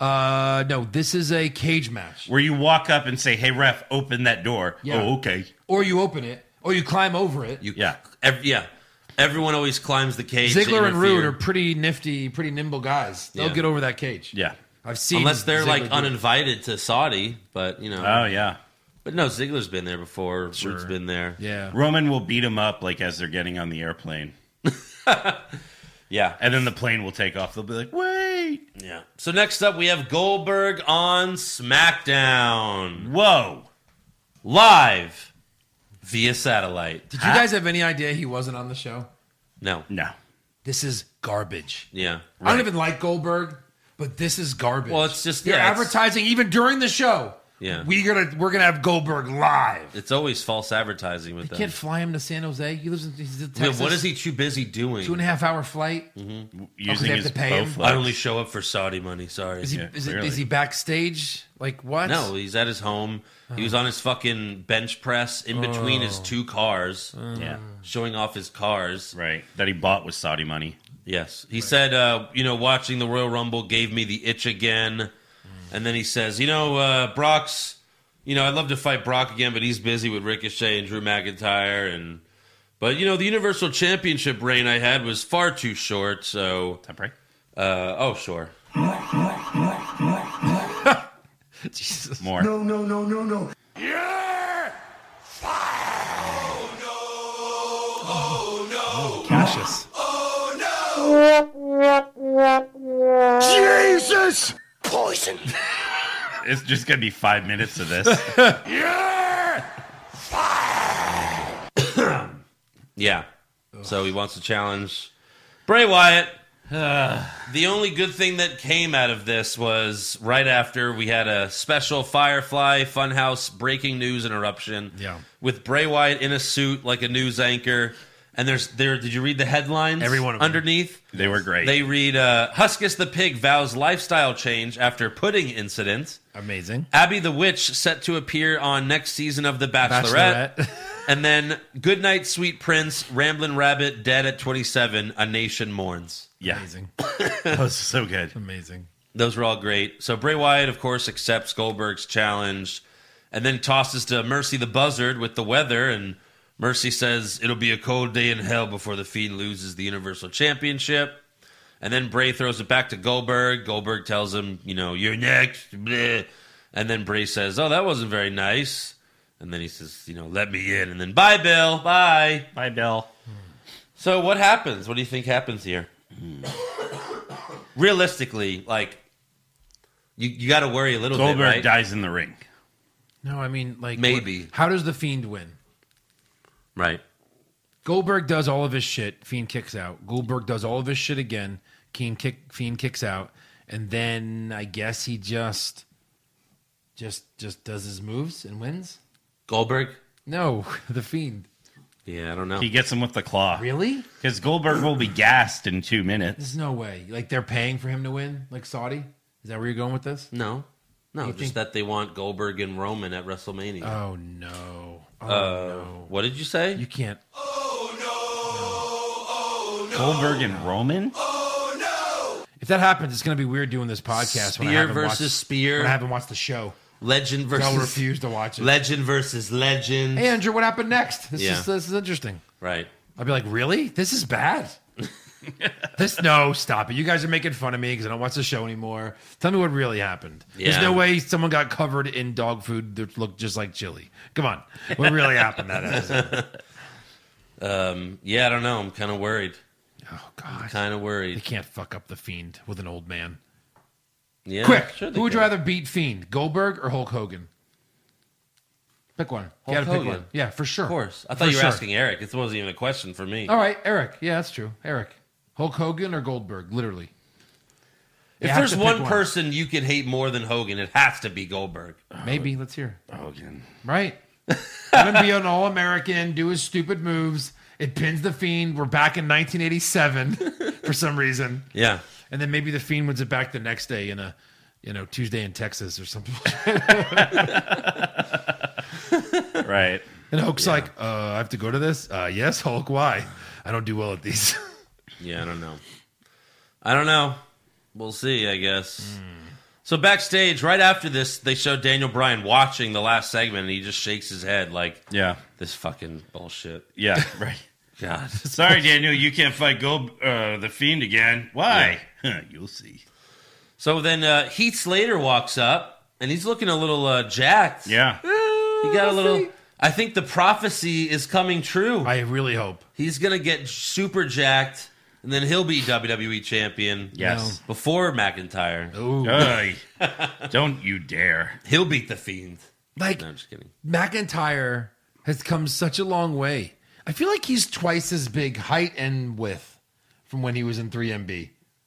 Speaker 6: Uh, no, this is a cage match.
Speaker 5: Where you walk up and say, hey, ref, open that door.
Speaker 6: Yeah.
Speaker 5: Oh, okay.
Speaker 6: Or you open it, or you climb over it.
Speaker 4: You
Speaker 5: Yeah.
Speaker 4: ev- yeah. Everyone always climbs the cage. to
Speaker 6: Ziggler and Rude
Speaker 4: interfere.
Speaker 6: are pretty nifty, pretty nimble guys. They'll
Speaker 4: Yeah.
Speaker 6: get over that cage.
Speaker 5: Yeah.
Speaker 6: I've seen
Speaker 4: unless they're
Speaker 6: Ziggler Uh.
Speaker 4: like
Speaker 6: do it.
Speaker 4: uninvited to Saudi. But you know,
Speaker 5: Oh, yeah.
Speaker 4: but no, Ziggler's been there before. Roode's been there.
Speaker 6: Yeah.
Speaker 5: Roman will beat him up like as they're getting on the airplane.
Speaker 4: yeah.
Speaker 5: And then the plane will take off. They'll be like, wait.
Speaker 4: Yeah. So next up, we have Goldberg on SmackDown
Speaker 5: Whoa.
Speaker 4: live via satellite.
Speaker 6: Did you guys have any idea he wasn't on the show?
Speaker 4: No.
Speaker 6: Oh,
Speaker 5: No.
Speaker 6: This is garbage.
Speaker 4: Yeah.
Speaker 6: I don't even like Goldberg, but this is garbage.
Speaker 4: Well, it's just-
Speaker 6: they're
Speaker 4: yeah, it's-
Speaker 6: advertising even during the show.
Speaker 4: Yeah.
Speaker 6: we gonna we're gonna have Goldberg live.
Speaker 4: It's always false advertising with
Speaker 6: They
Speaker 4: them.
Speaker 6: can't fly him to San Jose. He lives in he's in
Speaker 4: Yeah,
Speaker 6: Texas.
Speaker 4: what is he too busy doing?
Speaker 6: Two and a half hour flight.
Speaker 5: Using
Speaker 6: they have
Speaker 5: his
Speaker 6: to pay him?
Speaker 5: both
Speaker 4: I
Speaker 5: legs.
Speaker 4: only show up for Saudi money. Sorry.
Speaker 6: Is he
Speaker 5: Yeah,
Speaker 6: is, it,
Speaker 5: clearly.
Speaker 6: is he backstage? Like what?
Speaker 4: No, he's at his home. He
Speaker 6: Uh.
Speaker 4: was on his fucking bench press in between
Speaker 6: Oh.
Speaker 4: his two cars,
Speaker 6: Mm. Uh.
Speaker 5: Yeah.
Speaker 4: showing off his cars.
Speaker 5: Right. That he bought with Saudi money.
Speaker 4: Yes. He said, uh, you know, watching the Royal Rumble gave me the itch again. And then he says, you know, uh, Brock's, you know, I'd love to fight Brock again, but he's busy with Ricochet and Drew McIntyre. And, but, you know, the Universal Championship reign I had was far too short. So,
Speaker 5: Is that right?
Speaker 4: uh, oh, sure.
Speaker 5: More.
Speaker 2: No, no, no, no, no.
Speaker 6: Cassius.
Speaker 2: Jesus!
Speaker 5: It's just gonna be five minutes of this.
Speaker 4: Yeah. So he wants to challenge Bray Wyatt. the only good thing that came out of this was right after we had a special Firefly Funhouse breaking news interruption.
Speaker 6: Yeah.
Speaker 4: With Bray Wyatt in a suit like a news anchor. And there's there did you read the headlines?
Speaker 6: Every one of them.
Speaker 4: underneath.
Speaker 5: they were great.
Speaker 4: They read uh, Huskus the pig vows lifestyle change after pudding incident.
Speaker 6: Amazing.
Speaker 4: Abby the witch set to appear on next season of The Bachelorette.
Speaker 6: Bachelorette.
Speaker 4: And then Good Night Sweet Prince, Ramblin' Rabbit, Dead at 27, A Nation Mourns.
Speaker 5: yeah.
Speaker 6: Amazing.
Speaker 5: That was so good.
Speaker 6: Amazing.
Speaker 4: Those were all great. So Bray Wyatt, of course, accepts Goldberg's challenge and then tosses to Mercy the Buzzard with the weather. And Mercy says, It'll be a cold day in hell before the Fiend loses the Universal Championship. And then Bray throws it back to Goldberg. Goldberg tells him, You know, you're next. bleh. And then Bray says, Oh, that wasn't very nice. And then he says, You know, let me in. And then, Bye, Bill. Bye.
Speaker 5: Bye, Bill.
Speaker 4: So what happens? What do you think happens here? Realistically, like you, you got to worry a little
Speaker 5: Goldberg
Speaker 4: bit, right?
Speaker 5: dies in the ring.
Speaker 6: No, I mean like
Speaker 4: Maybe.
Speaker 6: what- how does the fiend win?
Speaker 4: Right.
Speaker 6: Goldberg does all of his shit. Fiend kicks out. Goldberg does all of his shit again. Keen kick. Fiend kicks out, and then I guess he just, just, just does his moves and wins.
Speaker 4: Goldberg.
Speaker 6: No, the fiend.
Speaker 4: Yeah, I don't know.
Speaker 5: He gets him with the claw.
Speaker 6: Really?
Speaker 5: Because Goldberg will be gassed in two minutes.
Speaker 6: There's no way. Like they're paying for him to win, like Saudi. Is that where you're going with this?
Speaker 4: no, no,
Speaker 6: You
Speaker 4: just
Speaker 6: think-
Speaker 4: that they want Goldberg and Roman at WrestleMania.
Speaker 6: Oh no. Oh
Speaker 4: Uh,
Speaker 6: no.
Speaker 4: what did you say?
Speaker 6: You can't.
Speaker 5: Goldberg and Roman?
Speaker 6: If that happens, it's gonna be weird doing this podcast. when I
Speaker 4: Spear
Speaker 6: haven't
Speaker 4: versus
Speaker 6: watched-
Speaker 4: spear.
Speaker 6: When I haven't watched the show.
Speaker 4: legend versus
Speaker 6: I'll refuse to watch it.
Speaker 4: legend versus legend.
Speaker 6: hey Andrew, what happened next? This
Speaker 4: Yeah.
Speaker 6: is this is interesting.
Speaker 4: Right.
Speaker 6: I'd be like, really? This is bad. this no, stop it. You guys are making fun of me because I don't watch the show anymore. Tell me what really happened. There's
Speaker 4: Yeah.
Speaker 6: no way someone got covered in dog food that looked just like chili. Come on, what really happened that episode?
Speaker 4: Yeah, I don't know. I'm kind of worried.
Speaker 6: Oh God,
Speaker 4: Kind of
Speaker 6: they
Speaker 4: worried.
Speaker 6: can't fuck up the fiend with an old man.
Speaker 4: Yeah.
Speaker 6: Quick,
Speaker 4: sure they
Speaker 6: who would you
Speaker 4: can.
Speaker 6: rather beat Fiend, Goldberg or Hulk Hogan? Pick one. You
Speaker 4: Hulk
Speaker 6: gotta pick
Speaker 4: Hogan.
Speaker 6: one. Yeah, for sure.
Speaker 4: Of course. I
Speaker 6: For
Speaker 4: thought you were
Speaker 6: sure.
Speaker 4: asking Eric. This wasn't even a question for me.
Speaker 6: All right, Eric. Yeah, that's true. Eric, Hulk Hogan or Goldberg? Literally. You
Speaker 4: If
Speaker 6: have
Speaker 4: there's
Speaker 6: to pick
Speaker 4: one person you could hate more than Hogan, it has to be Goldberg.
Speaker 6: maybe let's hear.
Speaker 5: Hogan.
Speaker 6: Right. Let him be an all American, do his stupid moves. It pins the Fiend. We're back in 1987 for some reason.
Speaker 4: Yeah.
Speaker 6: And then maybe the Fiend wins it back the next day in a, you know, Tuesday in Texas or something.
Speaker 5: Right.
Speaker 6: And Hulk's like, uh, I have to go to this? Uh, yes, Hulk, why? I don't do well at these.
Speaker 4: Yeah, I don't know. I don't know. We'll see, I guess. So backstage, right after this, they show Daniel Bryan watching the last segment and he just shakes his head like
Speaker 5: Yeah.
Speaker 4: this fucking bullshit.
Speaker 5: Yeah. Right.
Speaker 4: God.
Speaker 5: Sorry, Daniel, you can't fight Gold uh, the Fiend again. Why? Huh, You'll see.
Speaker 4: So then uh, Heath Slater walks up and he's looking a little uh, jacked.
Speaker 5: Yeah.
Speaker 4: He got a little I think the prophecy is coming true.
Speaker 6: I really hope.
Speaker 4: He's gonna get super jacked, and then he'll be WWE champion.
Speaker 5: Yes.
Speaker 4: Before McIntyre,
Speaker 5: Ay. Don't you dare.
Speaker 4: he'll beat the Fiend.
Speaker 6: Like,
Speaker 4: No, I'm just kidding.
Speaker 6: McIntyre has come such a long way. I feel like he's twice as big height and width from when he was in 3MB.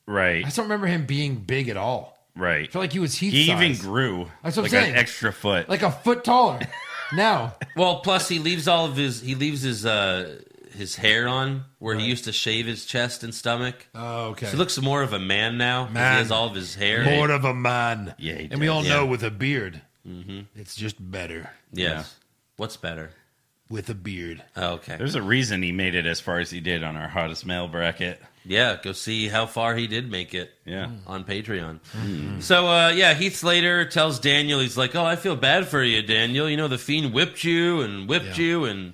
Speaker 6: I
Speaker 5: Right.
Speaker 6: just don't remember him being big at all.
Speaker 5: Right.
Speaker 6: I feel like he was Heath
Speaker 5: he
Speaker 6: size.
Speaker 5: even grew
Speaker 6: That's what I'm
Speaker 5: like
Speaker 6: saying.
Speaker 5: an extra foot.
Speaker 6: like a foot taller. now,
Speaker 4: Well, plus he leaves all of his he leaves his uh his hair on where he used to shave his chest and stomach.
Speaker 6: oh, okay,
Speaker 4: So he looks more of a man now. 'cause
Speaker 6: Man.
Speaker 4: He has all of his hair.
Speaker 6: more of a man.
Speaker 5: Yeah, Mm-hmm. he
Speaker 6: and we
Speaker 5: does.
Speaker 6: all
Speaker 4: Yeah.
Speaker 6: know with a beard, it's just better
Speaker 4: Yes. What's better?
Speaker 6: with a beard.
Speaker 4: Oh, okay.
Speaker 5: There's a reason he made it as far as he did on our hottest male bracket. Hmm.
Speaker 4: yeah, go see how far he did make it.
Speaker 5: Yeah.
Speaker 4: on Patreon.
Speaker 6: Mm-hmm.
Speaker 4: So uh, yeah, Heath Slater tells Daniel, he's like, "Oh, I feel bad for you, Daniel. You know the fiend whipped you and whipped
Speaker 6: Yeah.
Speaker 4: you and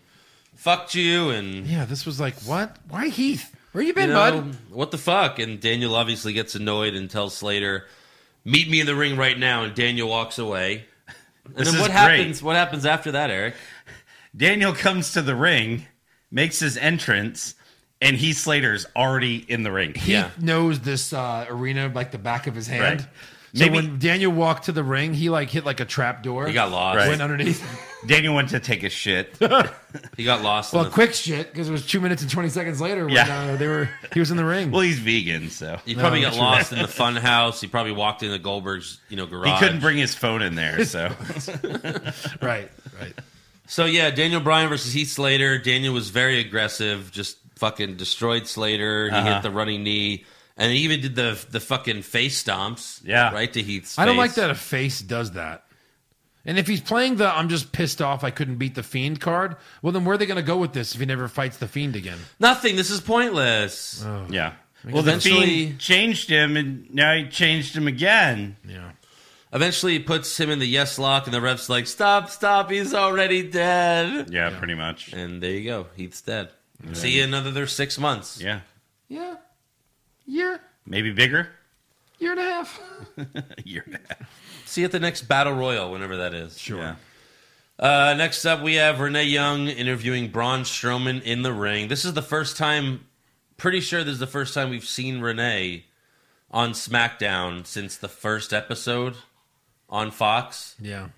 Speaker 4: fucked you and
Speaker 6: Yeah, this was like what? Why Heath? Where you
Speaker 4: you
Speaker 6: been,
Speaker 4: know,
Speaker 6: bud?
Speaker 4: what the fuck?" And Daniel obviously gets annoyed and tells Slater, "Meet me in the ring right now." And Daniel walks away. And
Speaker 5: This
Speaker 4: then
Speaker 5: is
Speaker 4: what
Speaker 5: great.
Speaker 4: happens? What happens after that, Eric?
Speaker 5: Daniel comes to the ring, makes his entrance, and Heath Slater's already in the ring.
Speaker 6: Heath
Speaker 4: Yeah.
Speaker 6: knows this uh, arena like the back of his
Speaker 5: Right.
Speaker 6: hand. So
Speaker 5: Maybe-
Speaker 6: when Daniel walked to the ring, he like hit like a trap door.
Speaker 4: He got lost.
Speaker 5: Right.
Speaker 6: Went underneath.
Speaker 5: Daniel went to take a shit.
Speaker 4: He got lost. in
Speaker 6: well,
Speaker 4: the-
Speaker 6: quick shit because it was two minutes and twenty seconds later when
Speaker 5: Yeah.
Speaker 6: uh, they were he was in the ring.
Speaker 5: well, he's vegan, so
Speaker 4: He probably
Speaker 6: No,
Speaker 4: got
Speaker 6: true.
Speaker 4: lost in the fun house. He probably walked into Goldberg's, you know, garage.
Speaker 5: he couldn't bring his phone in there. So
Speaker 6: right, right.
Speaker 4: So yeah, Daniel Bryan versus Heath Slater. Daniel was very aggressive, just fucking destroyed Slater. He
Speaker 5: Uh-huh.
Speaker 4: hit the running knee, and he even did the the fucking face stomps.
Speaker 5: Yeah.
Speaker 4: right to Heath's.
Speaker 6: I don't like
Speaker 4: face.
Speaker 6: that a face does that. And if he's playing the I'm just pissed off I couldn't beat the fiend card, well then where are they gonna go with this if he never fights the fiend again?
Speaker 4: Nothing. This is
Speaker 5: Uh,
Speaker 4: pointless.
Speaker 5: yeah. Well, the
Speaker 4: eventually-
Speaker 5: fiend changed him, and now he changed him again.
Speaker 6: Yeah.
Speaker 4: Eventually, he puts him in the yes lock, and the ref's like, "Stop! Stop! He's already dead."
Speaker 5: Yeah, pretty much.
Speaker 4: And there you go. Heath's dead. See you in another six months.
Speaker 5: Yeah,
Speaker 6: Yeah. Year,
Speaker 5: maybe bigger.
Speaker 6: year and a half.
Speaker 5: You're mad.
Speaker 4: See you at the next battle royal, whenever that is.
Speaker 6: Sure.
Speaker 5: Yeah.
Speaker 4: Uh, next up, we have Renee Young interviewing Braun Strowman in the ring. This is the first time, pretty sure this is the first time we've seen Renee on SmackDown since the first episode on Fox.
Speaker 6: Yeah.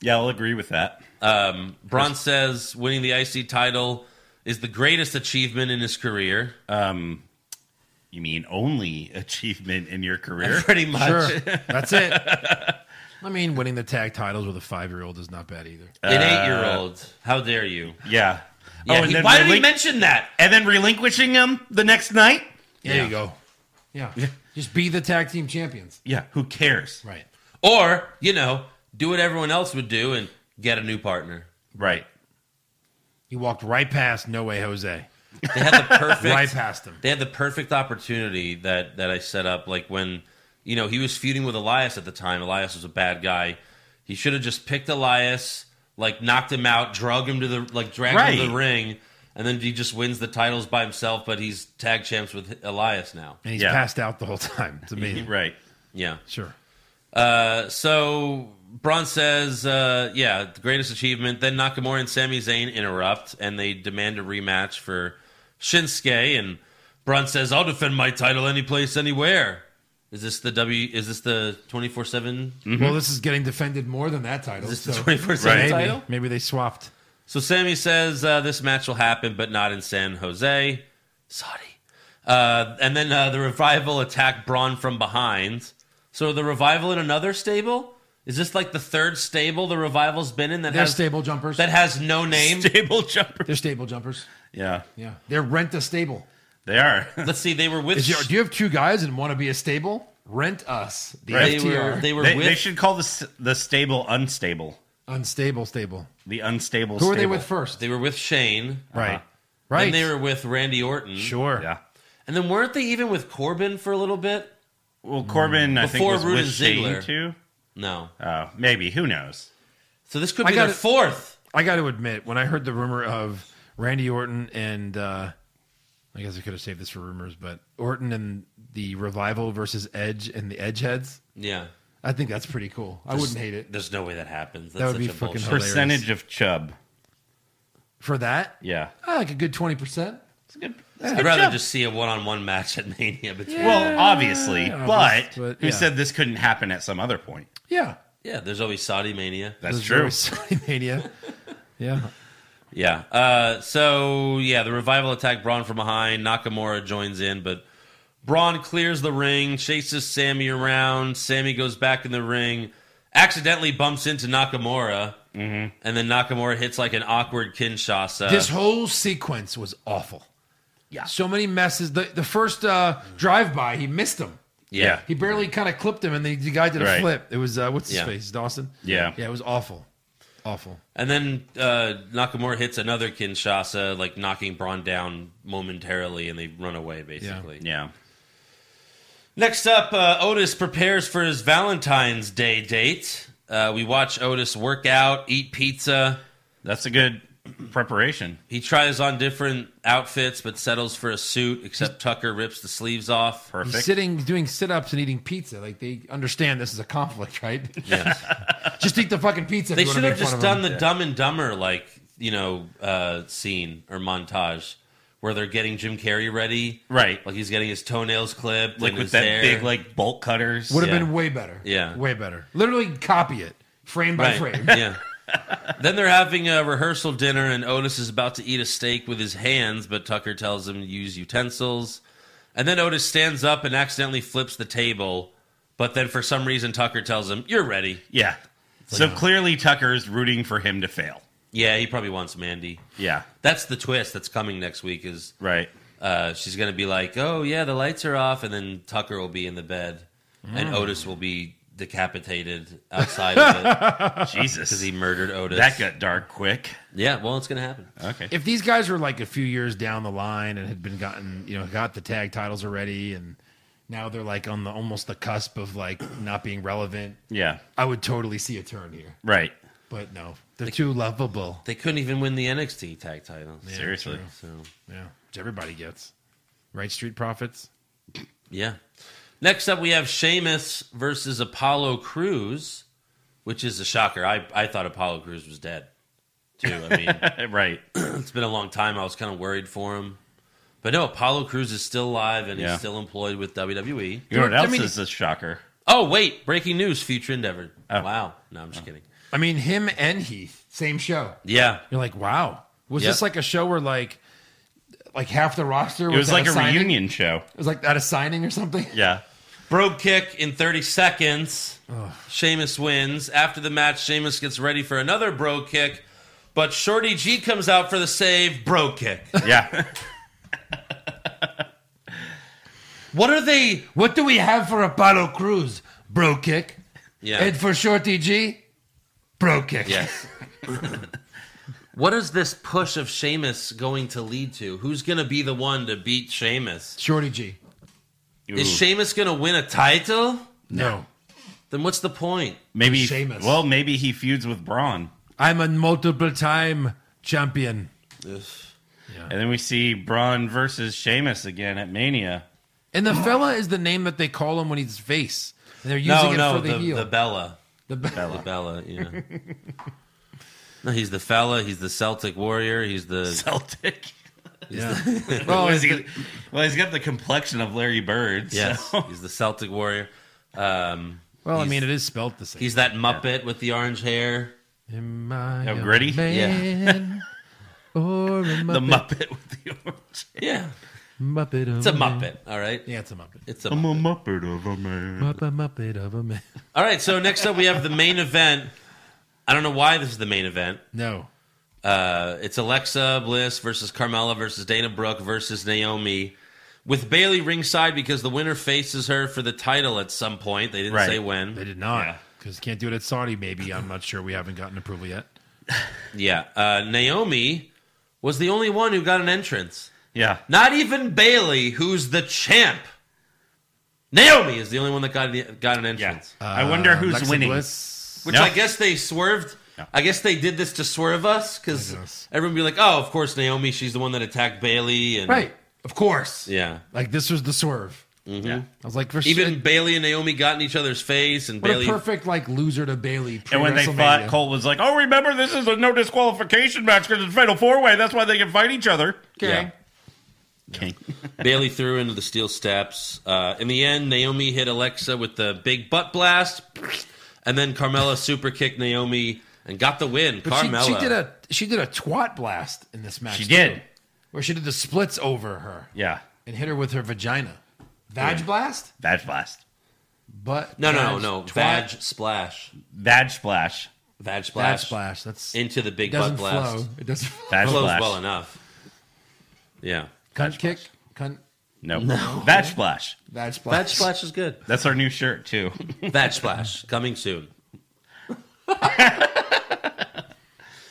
Speaker 5: Yeah, I'll agree with that.
Speaker 4: Um, Braun says winning the IC title is the greatest achievement in his career.
Speaker 6: Uh,
Speaker 5: Um, you mean only achievement in your career?
Speaker 4: pretty much.
Speaker 6: Sure. That's it. I mean, winning the tag titles with a five year old is not bad either.
Speaker 4: An eight year old. How dare you?
Speaker 5: Yeah.
Speaker 4: Yeah,
Speaker 5: Uh, oh, and
Speaker 4: he-
Speaker 5: then
Speaker 4: why did he
Speaker 5: relin-
Speaker 4: mention that?
Speaker 5: and then relinquishing him the next night?
Speaker 6: There you go. Yeah. Just be the tag team champions.
Speaker 5: Yeah, who cares?
Speaker 6: Right.
Speaker 4: Or, you know, do what everyone else would do and get a new partner.
Speaker 5: Right.
Speaker 6: He walked right past No Way Jose.
Speaker 4: They had the perfect.
Speaker 6: Right past him.
Speaker 4: They had the perfect opportunity that that I set up. Like when you know he was feuding with Elias at the time. Elias was a bad guy. He should have just picked Elias, like knocked him out, drug him to the like dragged him to the
Speaker 5: Right.
Speaker 4: ring, and then he just wins the titles by himself. But he's tag champs with Elias now.
Speaker 6: And he's
Speaker 5: Yeah.
Speaker 6: passed out the whole time. It's amazing.
Speaker 5: Right.
Speaker 4: Yeah.
Speaker 6: Sure.
Speaker 4: Uh, so Braun says, uh, "Yeah, the greatest achievement." Then Nakamura and Sami Zayn interrupt, and they demand a rematch for Shinsuke. And Braun says, "I'll defend my title any place, anywhere." Is this the W? Is this the twenty four seven?
Speaker 6: Well, this is getting defended more than that title.
Speaker 4: Mm-hmm. Is this
Speaker 6: so
Speaker 4: the twenty four
Speaker 5: Right.
Speaker 4: seven
Speaker 6: maybe,
Speaker 4: title?
Speaker 6: maybe they swapped.
Speaker 4: So Sammy says uh, this match will happen, but not in San Jose. Sorry. Uh, and then uh, the revival attack Braun from behind. So the revival in another stable. Is this like the third stable the revival's been in that
Speaker 6: They're
Speaker 4: has
Speaker 6: stable jumpers.
Speaker 4: that has no name?
Speaker 5: Stable jumper.
Speaker 6: They're stable jumpers.
Speaker 5: Yeah,
Speaker 6: Yeah. They're rent a stable.
Speaker 5: they are.
Speaker 4: Let's see. They were with.
Speaker 6: Is your, do you have two guys and want to be a stable? Rent us. The
Speaker 5: Right.
Speaker 4: they were.
Speaker 6: FTR.
Speaker 4: They were
Speaker 5: they,
Speaker 4: with.
Speaker 5: they should call the s- the stable unstable.
Speaker 6: Unstable stable.
Speaker 5: The unstable.
Speaker 6: Who are they
Speaker 5: stable.
Speaker 6: with first?
Speaker 4: they were with Shane.
Speaker 5: Uh-huh.
Speaker 6: right.
Speaker 4: Right.
Speaker 6: Right.
Speaker 4: And they were with Randy Orton.
Speaker 6: sure.
Speaker 5: Yeah.
Speaker 4: And then weren't they even with Corbin for a little bit?
Speaker 5: Well, Corbin, I think
Speaker 4: Before
Speaker 5: was
Speaker 4: Rude
Speaker 5: with
Speaker 4: and
Speaker 5: Shane
Speaker 4: Ziggler.
Speaker 5: too.
Speaker 4: No.
Speaker 5: Oh, maybe. Who knows?
Speaker 4: So this could
Speaker 6: I
Speaker 4: be their
Speaker 6: gotta-
Speaker 4: fourth.
Speaker 6: I got to admit, when I heard the rumor of Randy Orton and uh, I guess I could have saved this for rumors, but Orton and the revival versus Edge and the Edge heads,
Speaker 4: Yeah.
Speaker 6: I think that's pretty cool. I wouldn't hate it
Speaker 4: There's no way that happens. That's
Speaker 6: That would
Speaker 4: such
Speaker 6: be
Speaker 4: a
Speaker 6: fucking
Speaker 4: bullshit.
Speaker 6: Hilarious.
Speaker 5: Percentage of chub.
Speaker 6: for that.
Speaker 5: Yeah.
Speaker 6: I like a good twenty percent.
Speaker 5: It's a good.
Speaker 4: I'd rather just see a one-on-one match at Mania between. Yeah,
Speaker 5: Well, obviously, but,
Speaker 6: obvious, but
Speaker 5: who
Speaker 6: yeah.
Speaker 5: said this couldn't happen at some other point?
Speaker 6: Yeah,
Speaker 4: there's always Saudi Mania.
Speaker 5: That's
Speaker 6: There's
Speaker 5: true.
Speaker 6: always Sony Mania. Yeah,
Speaker 4: Yeah. Uh, so yeah, the revival attack Braun from behind. Nakamura joins in, but Braun clears the ring, chases Sammy around. Sammy goes back in the ring, accidentally bumps into Nakamura, and then Nakamura hits like an awkward Kinshasa.
Speaker 6: This whole sequence was awful. Yeah. So many messes. The the first uh, drive by, he missed him.
Speaker 4: yeah.
Speaker 6: He barely kind of clipped him, and the, the guy did a
Speaker 5: Right.
Speaker 6: flip. It was uh, what's his
Speaker 4: Yeah.
Speaker 6: face, Dawson.
Speaker 5: Yeah.
Speaker 6: Yeah, it was awful, awful.
Speaker 4: And then uh, Nakamura hits another Kinshasa, like knocking Braun down momentarily, and they run away basically.
Speaker 5: Yeah.
Speaker 4: Next up, uh, Otis prepares for his Valentine's Day date. Uh, we watch Otis work out, eat pizza.
Speaker 5: That's a good preparation.
Speaker 4: He tries on different outfits, but settles for a suit. Except Tucker rips the sleeves off.
Speaker 5: Perfect.
Speaker 6: He's sitting, doing sit ups, and eating pizza. Like they understand this is a conflict, right?
Speaker 4: Yes.
Speaker 6: just eat the fucking pizza. if
Speaker 4: They
Speaker 6: you wanna
Speaker 4: should
Speaker 6: make
Speaker 4: have
Speaker 6: fun
Speaker 4: just
Speaker 6: of
Speaker 4: done
Speaker 6: him.
Speaker 4: the Dumb and Dumber like you know uh, scene or montage where they're getting Jim Carrey ready,
Speaker 5: Right.
Speaker 4: Like he's getting his toenails clipped,
Speaker 5: Like
Speaker 4: and
Speaker 5: with
Speaker 4: his
Speaker 5: that
Speaker 4: hair.
Speaker 5: big like bolt cutters.
Speaker 6: Would have
Speaker 4: yeah.
Speaker 6: been way better.
Speaker 4: Yeah.
Speaker 6: way better. Literally copy it frame by frame.
Speaker 4: yeah. Then they're having a rehearsal dinner, and Otis is about to eat a steak with his hands, but Tucker tells him to use utensils. And then Otis stands up and accidentally flips the table, but then for some reason Tucker tells him, "You're ready."
Speaker 5: Yeah. So clearly Tucker's rooting for him to fail.
Speaker 4: Yeah, he probably wants Mandy.
Speaker 5: Yeah.
Speaker 4: That's the twist that's coming next week. Is
Speaker 5: Right.
Speaker 4: uh, she's going to be like, "Oh yeah, the lights are off," and then Tucker will be in the bed, and Otis will be decapitated outside of it
Speaker 5: Jesus.
Speaker 4: because he murdered Otis.
Speaker 5: that got dark quick.
Speaker 4: yeah, well, it's going to happen.
Speaker 5: Okay.
Speaker 6: if these guys were like a few years down the line and had been gotten, you know, got the tag titles already, and now they're like on the almost the cusp of like not being relevant,
Speaker 5: yeah.
Speaker 6: I would totally see a turn here.
Speaker 5: Right.
Speaker 6: But no, they're too lovable.
Speaker 4: They couldn't even win the NXT tag titles.
Speaker 5: Seriously.
Speaker 4: So
Speaker 6: Yeah, which everybody gets. Right, Street Profits.
Speaker 4: yeah. Next up, we have Sheamus versus Apollo Cruz, which is a shocker. I I thought Apollo Cruz was dead too. I mean,
Speaker 5: Uh, right.
Speaker 4: it's been a long time. I was kind of worried for him, but no, Apollo Cruz is still alive and
Speaker 5: Yeah.
Speaker 4: he's still employed with WWE.
Speaker 5: You know what else
Speaker 6: I mean-
Speaker 5: is a shocker?
Speaker 4: Oh wait, breaking news: future endeavor.
Speaker 5: Oh.
Speaker 4: Wow. No, I'm just kidding.
Speaker 6: I mean, him and Heath, same show.
Speaker 4: Yeah.
Speaker 6: You're like, wow, was
Speaker 4: Yeah.
Speaker 6: this like a show where like, like half the roster?
Speaker 5: It was
Speaker 6: at
Speaker 5: like a
Speaker 6: signing?
Speaker 5: reunion show.
Speaker 6: It was like at a signing or something.
Speaker 5: Yeah.
Speaker 4: Brogue kick in 30 seconds. Sheamus wins. After the match, Sheamus gets ready for another brogue kick, but Shorty G comes out for the save. Brogue kick.
Speaker 5: Yeah.
Speaker 6: What are they? What do we have for Apollo Cruz? Bro kick.
Speaker 4: Yeah.
Speaker 6: And for Shorty G, bro kick.
Speaker 4: yes. what is this push of Sheamus going to lead to? Who's going to be the one to beat Sheamus?
Speaker 6: Shorty G.
Speaker 4: Is
Speaker 5: Ooh.
Speaker 4: Sheamus going to win a title?
Speaker 6: No.
Speaker 4: Then what's the point?
Speaker 5: Maybe.
Speaker 6: Sheamus.
Speaker 5: Well, maybe he feuds with Braun,
Speaker 6: I'm a multiple time champion.
Speaker 5: and then we see Braun versus Sheamus again at Mania.
Speaker 6: And the fella is the name that they call him when he's face. And they're using
Speaker 4: No,
Speaker 6: it
Speaker 4: no,
Speaker 6: for the,
Speaker 4: the,
Speaker 6: heel.
Speaker 4: the Bella.
Speaker 6: The be-
Speaker 4: The Bella, yeah. no, he's the fella. He's the Celtic warrior. He's the
Speaker 5: Celtic.
Speaker 6: well,
Speaker 5: What is
Speaker 6: it's
Speaker 5: he? Well, he's got the complexion of Larry Bird. so-
Speaker 4: Yes, he's the Celtic warrior. Um,
Speaker 6: well I
Speaker 4: he's-
Speaker 6: mean, it is spelt the same.
Speaker 4: he's that Muppet with the orange hair.
Speaker 6: Am I
Speaker 5: Oh,
Speaker 6: a
Speaker 5: Gritty?
Speaker 6: man or a Muppet?
Speaker 5: The Muppet with the orange.
Speaker 4: Yeah,
Speaker 6: Muppet of
Speaker 4: it's a
Speaker 6: man.
Speaker 4: Muppet. All right,
Speaker 6: Yeah, it's a Muppet.
Speaker 4: it's a. Muppet.
Speaker 5: Muppet of a man.
Speaker 6: Muppet, Muppet of a man.
Speaker 4: All right, so next up we have the main event. I don't know why this is the main event.
Speaker 6: No.
Speaker 4: Uh, it's Alexa Bliss versus Carmella versus Dana Brooke versus Naomi, with Bailey ringside because the winner faces her for the title at some point. They didn't
Speaker 5: Right.
Speaker 4: say when.
Speaker 6: They did not. Because can't do it at Saudi, maybe. I'm not sure. We haven't gotten approval yet.
Speaker 4: Yeah, uh, Naomi was the only one who got an entrance.
Speaker 5: Yeah.
Speaker 4: Not even Bailey, who's the champ. Naomi is the only one that got got an
Speaker 5: Yeah.
Speaker 4: entrance,
Speaker 5: I wonder who's
Speaker 6: Alexa
Speaker 5: winning.
Speaker 6: Uh, Bliss.
Speaker 4: which
Speaker 5: No.
Speaker 4: I guess they swerved.
Speaker 5: Yeah.
Speaker 4: I guess they did this to swerve us
Speaker 6: I
Speaker 4: because
Speaker 6: guess.
Speaker 4: everyone would be like, "Oh, of course, Naomi. She's the one that attacked Bailey." And
Speaker 6: Right. Of course.
Speaker 4: yeah,
Speaker 6: Like, this was the swerve.
Speaker 5: Yeah.
Speaker 6: I was like, for
Speaker 4: even
Speaker 6: shit,
Speaker 4: Bailey and Naomi got in each other's face, and
Speaker 6: what
Speaker 4: Bailey.
Speaker 6: a perfect, like, loser to Bailey.
Speaker 5: And when they fought,
Speaker 6: pre-WrestleMania.
Speaker 5: Cole was like, "Oh, remember this is a no disqualification match because it's fatal four way. That's why they can fight each other."
Speaker 4: Yeah.
Speaker 5: Okay.
Speaker 4: Bailey threw into the steel steps. Uh, in the end, Naomi hit Alexa with the big butt blast, and then Carmella super kicked Naomi and got the win.
Speaker 6: But she,
Speaker 4: Carmella,
Speaker 6: she did a she did a twat blast in this match.
Speaker 5: She
Speaker 6: too,
Speaker 5: did.
Speaker 6: where she did the splits over her
Speaker 5: Yeah.
Speaker 6: and hit her with her vagina. Vag blast?
Speaker 5: Vag Blast.
Speaker 6: But
Speaker 4: No, no,
Speaker 6: vag-
Speaker 4: no.
Speaker 6: twat-
Speaker 4: Vag splash.
Speaker 5: Vag Splash.
Speaker 4: Vag
Speaker 6: Vag
Speaker 4: splash.
Speaker 6: splash. That's
Speaker 4: Into the big butt
Speaker 6: doesn't
Speaker 4: blast.
Speaker 6: flow. It doesn't.
Speaker 5: Vag
Speaker 4: Flows
Speaker 5: Splash.
Speaker 4: well enough. Yeah.
Speaker 6: Cunt kick. Cunt.
Speaker 5: No. no. Vag Splash.
Speaker 6: Vag splash.
Speaker 4: Vag splash is good.
Speaker 5: That's our new shirt, too.
Speaker 4: Vag splash coming soon.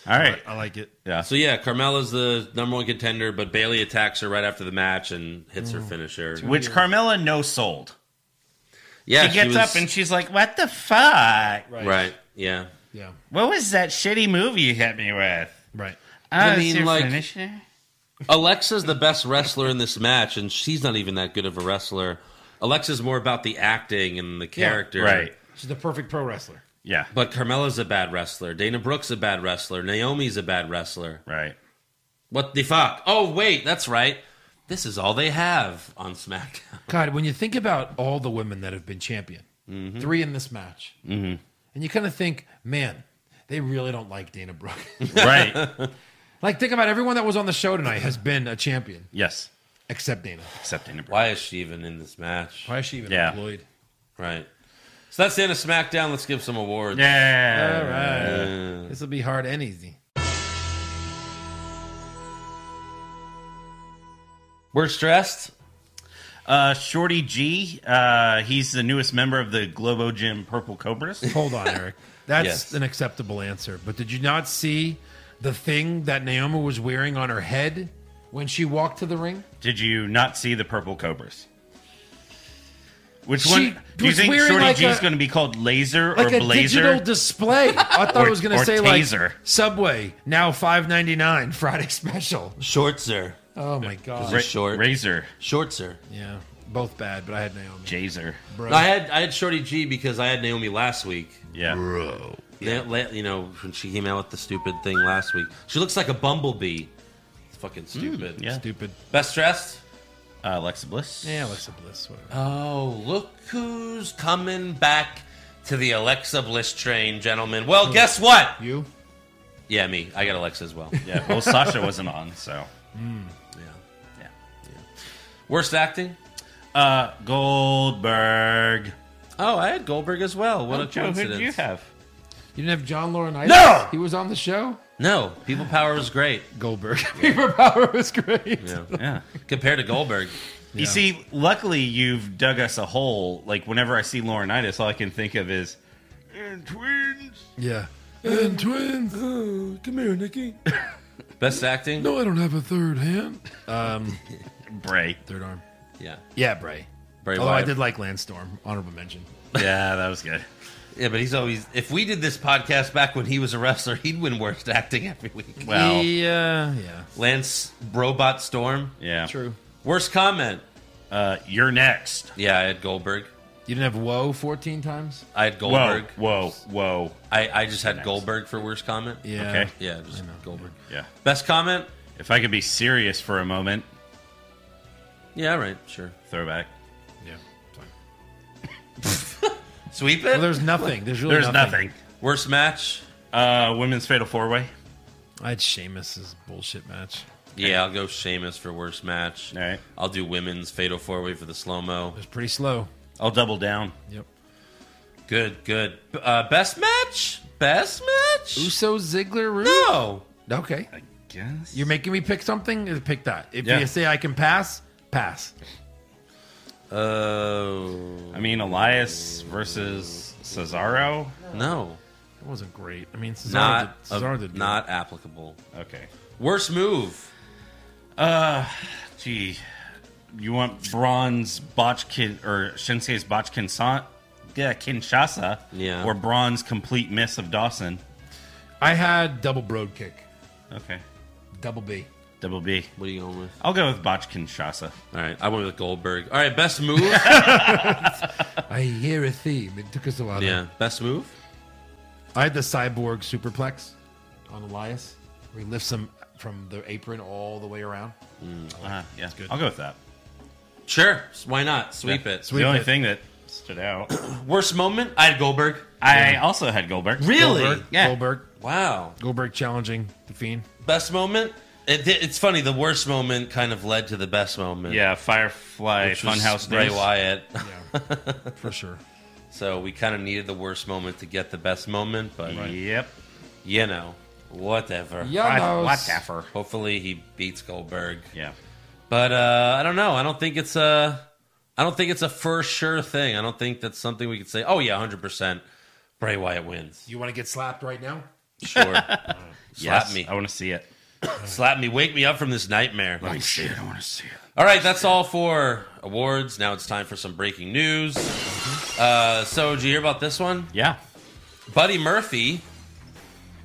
Speaker 5: All right.
Speaker 6: I like it.
Speaker 4: So yeah, Carmella's the number one contender, but Bailey attacks her right after the match and hits her finisher.
Speaker 5: Which Carmella no sold.
Speaker 4: Yeah,
Speaker 5: She gets
Speaker 4: was-
Speaker 5: up and she's like, What the fuck?
Speaker 4: right. Yeah.
Speaker 6: Yeah.
Speaker 5: What was that shitty movie you hit me with?
Speaker 6: Right.
Speaker 5: I
Speaker 4: mean, like-
Speaker 5: finisher?
Speaker 4: Alexa's the best wrestler in this match, and she's not even that good of a wrestler. Alexa's more about the acting and the character.
Speaker 5: Right.
Speaker 6: She's the perfect pro wrestler.
Speaker 5: Yeah.
Speaker 4: But Carmella's a bad wrestler. Dana Brooks a bad wrestler. Naomi's a bad wrestler.
Speaker 5: Right.
Speaker 4: What the fuck? Oh wait, that's right. This is all they have on SmackDown.
Speaker 6: God, when you think about all the women that have been champion,
Speaker 5: Mm-hmm.
Speaker 6: three in this match, and you kind of think, man, they really don't like Dana Brooke.
Speaker 5: Right.
Speaker 6: like, think about everyone that was on the show tonight has been a champion
Speaker 5: yes.
Speaker 6: except Dana.
Speaker 5: Except in
Speaker 4: Why is she even in this match?
Speaker 6: Why is she even
Speaker 5: Yeah.
Speaker 6: employed?
Speaker 4: Right. So that's the end of SmackDown. Let's give some awards.
Speaker 5: Yeah.
Speaker 6: All
Speaker 5: Uh.
Speaker 6: right. This will be hard and easy.
Speaker 4: We're stressed.
Speaker 5: Uh, Shorty G, uh, he's the newest member of the Globo Gym Purple Cobras.
Speaker 6: Hold on, Eric. That's
Speaker 4: Yes.
Speaker 6: an acceptable answer. But did you not see the thing that Naomi was wearing on her head when she walked to the ring?
Speaker 5: Did you not see the Purple Cobras? Which
Speaker 6: She
Speaker 5: one do you
Speaker 6: was
Speaker 5: think
Speaker 6: wearing
Speaker 5: Shorty
Speaker 6: like
Speaker 5: G is
Speaker 6: a-
Speaker 5: going to be called Laser
Speaker 6: Like
Speaker 5: or
Speaker 6: a digital
Speaker 5: Blazer?
Speaker 6: display. I thought
Speaker 5: Or-
Speaker 6: it was going
Speaker 5: or
Speaker 6: to say
Speaker 5: taser.
Speaker 6: like Subway now five ninety nine Friday special.
Speaker 4: Shortser.
Speaker 6: Oh my god.
Speaker 5: Ra-
Speaker 4: short.
Speaker 5: Razor,
Speaker 4: Shortser.
Speaker 6: Yeah, both bad. But I had Naomi.
Speaker 5: Jazer.
Speaker 6: Bro.
Speaker 4: I had I had Shorty G because I had Naomi last week.
Speaker 5: Yeah.
Speaker 4: Yeah. la- You know when she came out with the stupid thing last week. She looks like a bumblebee. It's fucking stupid.
Speaker 5: Hmm, yeah.
Speaker 6: Stupid.
Speaker 4: Best dressed.
Speaker 5: Uh, Alexa Bliss.
Speaker 6: Yeah, Alexa Bliss. Whatever.
Speaker 4: Oh, look who's coming back to the Alexa Bliss train, gentlemen. Well, guess what?
Speaker 6: You?
Speaker 4: Yeah, me. I got Alexa as well.
Speaker 5: Yeah. Well, Sasha wasn't on, so. Yeah.
Speaker 4: Worst acting?
Speaker 5: Yeah. Uh, Goldberg.
Speaker 4: Oh, I had Goldberg as well. What a
Speaker 5: Joe, who
Speaker 4: coincidence.
Speaker 5: did you have?
Speaker 6: You didn't have John Laurinaitis.
Speaker 5: No!
Speaker 6: he was on the show.
Speaker 4: No, People Power was great
Speaker 6: Goldberg. Paper Power was great.
Speaker 5: Yeah.
Speaker 4: compared to Goldberg.
Speaker 5: You see, luckily you've dug us a hole. Like whenever I see Laurinaitis, all I can think of is "And twins.
Speaker 6: Yeah. And twins. Oh, come here, Nikki.
Speaker 4: Best acting?
Speaker 6: No, I don't have a third hand. Um,
Speaker 5: Bray.
Speaker 6: Third arm.
Speaker 4: Yeah.
Speaker 6: Yeah, Bray.
Speaker 5: Oh,
Speaker 4: Bray
Speaker 6: Although I
Speaker 4: Wyatt.
Speaker 6: did like Landstorm. Honorable mention.
Speaker 5: Yeah, that was good.
Speaker 4: Yeah, but he's always. If we did this podcast back when he was a wrestler, he'd win worst acting every week.
Speaker 5: Well,
Speaker 6: yeah, uh, yeah.
Speaker 4: Lance Robot Storm.
Speaker 5: yeah.
Speaker 6: True.
Speaker 4: Worst comment?
Speaker 5: Uh, you're next.
Speaker 4: Yeah, I had Goldberg.
Speaker 6: You didn't have Woe 14 times?
Speaker 4: I had Goldberg.
Speaker 5: Whoa, whoa, whoa.
Speaker 4: I, I just had Goldberg for worst comment.
Speaker 6: Yeah.
Speaker 5: Okay.
Speaker 4: Yeah, just Goldberg.
Speaker 5: Yeah.
Speaker 4: Best comment?
Speaker 5: If I could be serious for a moment,
Speaker 4: Yeah, right, sure.
Speaker 5: throwback.
Speaker 6: Yeah. fine.
Speaker 4: Sweep
Speaker 6: Well,
Speaker 4: it.
Speaker 6: there's nothing. There's really
Speaker 5: There's
Speaker 6: nothing.
Speaker 5: nothing.
Speaker 4: worst match?
Speaker 5: Uh, women's fatal four way.
Speaker 6: I had Sheamus's bullshit match.
Speaker 4: Yeah, I'll go Sheamus for worst match.
Speaker 5: All right.
Speaker 4: I'll do women's fatal four way for the slow mo.
Speaker 6: It was pretty slow.
Speaker 5: I'll double down.
Speaker 6: Yep.
Speaker 4: Good, good. Uh, best match? Best match?
Speaker 6: Uso Ziggler Rude.
Speaker 4: No.
Speaker 6: Okay.
Speaker 5: I guess
Speaker 6: You're making me pick something? Uh, Pick that. If
Speaker 5: Yeah.
Speaker 6: you say I can pass, pass.
Speaker 4: Oh
Speaker 5: I mean, Elias versus Cesaro.
Speaker 4: no,
Speaker 6: It wasn't great. I mean, Cesaro
Speaker 4: not
Speaker 6: did, Cesaro
Speaker 4: a-
Speaker 6: did good.
Speaker 4: not applicable.
Speaker 5: Okay.
Speaker 4: Worst move?
Speaker 5: Uh, gee, you want bronze Botchkin or Shinsuke's Botchkin San? Yeah, Kinshasa.
Speaker 4: Yeah.
Speaker 5: Or bronze complete miss of Dawson.
Speaker 6: I had double broad kick.
Speaker 5: Okay.
Speaker 6: Double B.
Speaker 5: Double B.
Speaker 4: What are you going with?
Speaker 5: I'll go with Botch Kinshasa.
Speaker 4: All right, I went with Goldberg. All right, best move.
Speaker 6: I hear a theme. It took us a while. to-
Speaker 4: yeah, best move.
Speaker 6: I had the cyborg superplex on Elias, where he lifts him from the apron all the way around.
Speaker 5: Uh, yeah, I'll go with that.
Speaker 4: Sure, why not? Sweep it.
Speaker 5: It's the only thing that stood out.
Speaker 4: Worst moment? I had Goldberg.
Speaker 5: I also had Goldberg.
Speaker 4: Really?
Speaker 6: Goldberg,
Speaker 5: Yeah.
Speaker 6: Goldberg,
Speaker 4: Wow.
Speaker 6: Goldberg challenging the Fiend.
Speaker 4: Best moment? It, it's funny. The worst moment kind of led to the best moment.
Speaker 5: Yeah, Firefly
Speaker 4: which was
Speaker 5: Funhouse
Speaker 4: Bray
Speaker 5: News.
Speaker 4: Wyatt.
Speaker 6: for sure.
Speaker 4: So we kind of needed the worst moment to get the best moment, but
Speaker 5: Yep.
Speaker 4: you know, whatever.
Speaker 6: Yeah, no,
Speaker 5: What effer?
Speaker 4: Hopefully he beats Goldberg.
Speaker 5: Yeah.
Speaker 4: But uh, I don't know. I don't think it's a. I don't think it's a for sure thing. I don't think that's something we could say. Oh yeah, hundred percent. Bray Wyatt wins.
Speaker 6: You want to get slapped right now?
Speaker 4: Sure. Slap
Speaker 5: Yes,
Speaker 4: me.
Speaker 5: I want to see it.
Speaker 4: Slap me. Wake me up from this nightmare.
Speaker 5: Let me see it. I want to see it.
Speaker 4: All right, that's all for awards. Now it's time for some breaking news. Uh, so, did you hear about this one?
Speaker 5: Yeah.
Speaker 4: Buddy Murphy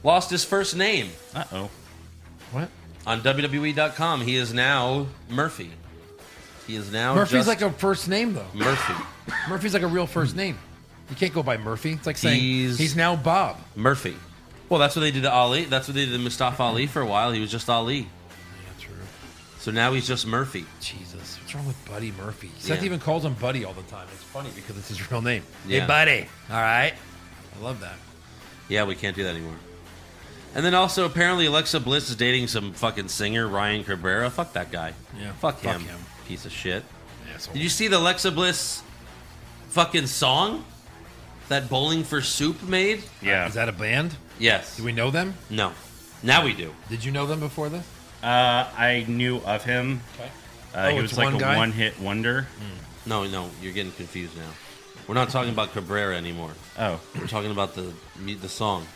Speaker 4: lost his first name
Speaker 5: Uh oh.
Speaker 6: What?
Speaker 4: on WWE.com. He is now Murphy. He is now
Speaker 6: Murphy's
Speaker 4: just
Speaker 6: like a first name though.
Speaker 4: Murphy.
Speaker 6: Murphy's like a real first name. You can't go by Murphy. It's like saying
Speaker 4: He's-
Speaker 6: he's, now Bob.
Speaker 4: Murphy. Well, that's what they did to Ali. That's what they did to Mustafa Ali for a while. He was just Ali.
Speaker 6: true.
Speaker 4: So now he's just Murphy.
Speaker 6: Jesus, what's wrong with Buddy Murphy? Seth
Speaker 4: Yeah.
Speaker 6: even calls him Buddy all the time. It's funny because it's his real name.
Speaker 4: Yeah.
Speaker 6: Hey, Buddy. All right. I love that.
Speaker 4: Yeah, we can't do that anymore. And then also, apparently, Alexa Bliss is dating some fucking singer, Ryan Cabrera. Fuck that guy.
Speaker 6: Yeah,
Speaker 4: Fuck
Speaker 6: fuck
Speaker 4: him.
Speaker 6: him.
Speaker 4: Piece of shit.
Speaker 6: Asshole.
Speaker 4: Did you see the Alexa Bliss fucking song that Bowling for Soup made?
Speaker 5: Yeah.
Speaker 6: Is that a band?
Speaker 4: Yes.
Speaker 6: Do we know them?
Speaker 4: No. Now we do.
Speaker 6: Did you know them before this?
Speaker 5: Uh, I knew of him.
Speaker 6: Okay.
Speaker 5: Uh,
Speaker 6: Oh,
Speaker 5: he
Speaker 6: it's
Speaker 5: was like
Speaker 6: one
Speaker 5: a
Speaker 6: guy? Hmm.
Speaker 5: one-hit wonder.
Speaker 4: No, no, you're getting confused now. We're not talking about Cabrera anymore.
Speaker 5: Oh.
Speaker 4: We're talking about the the song.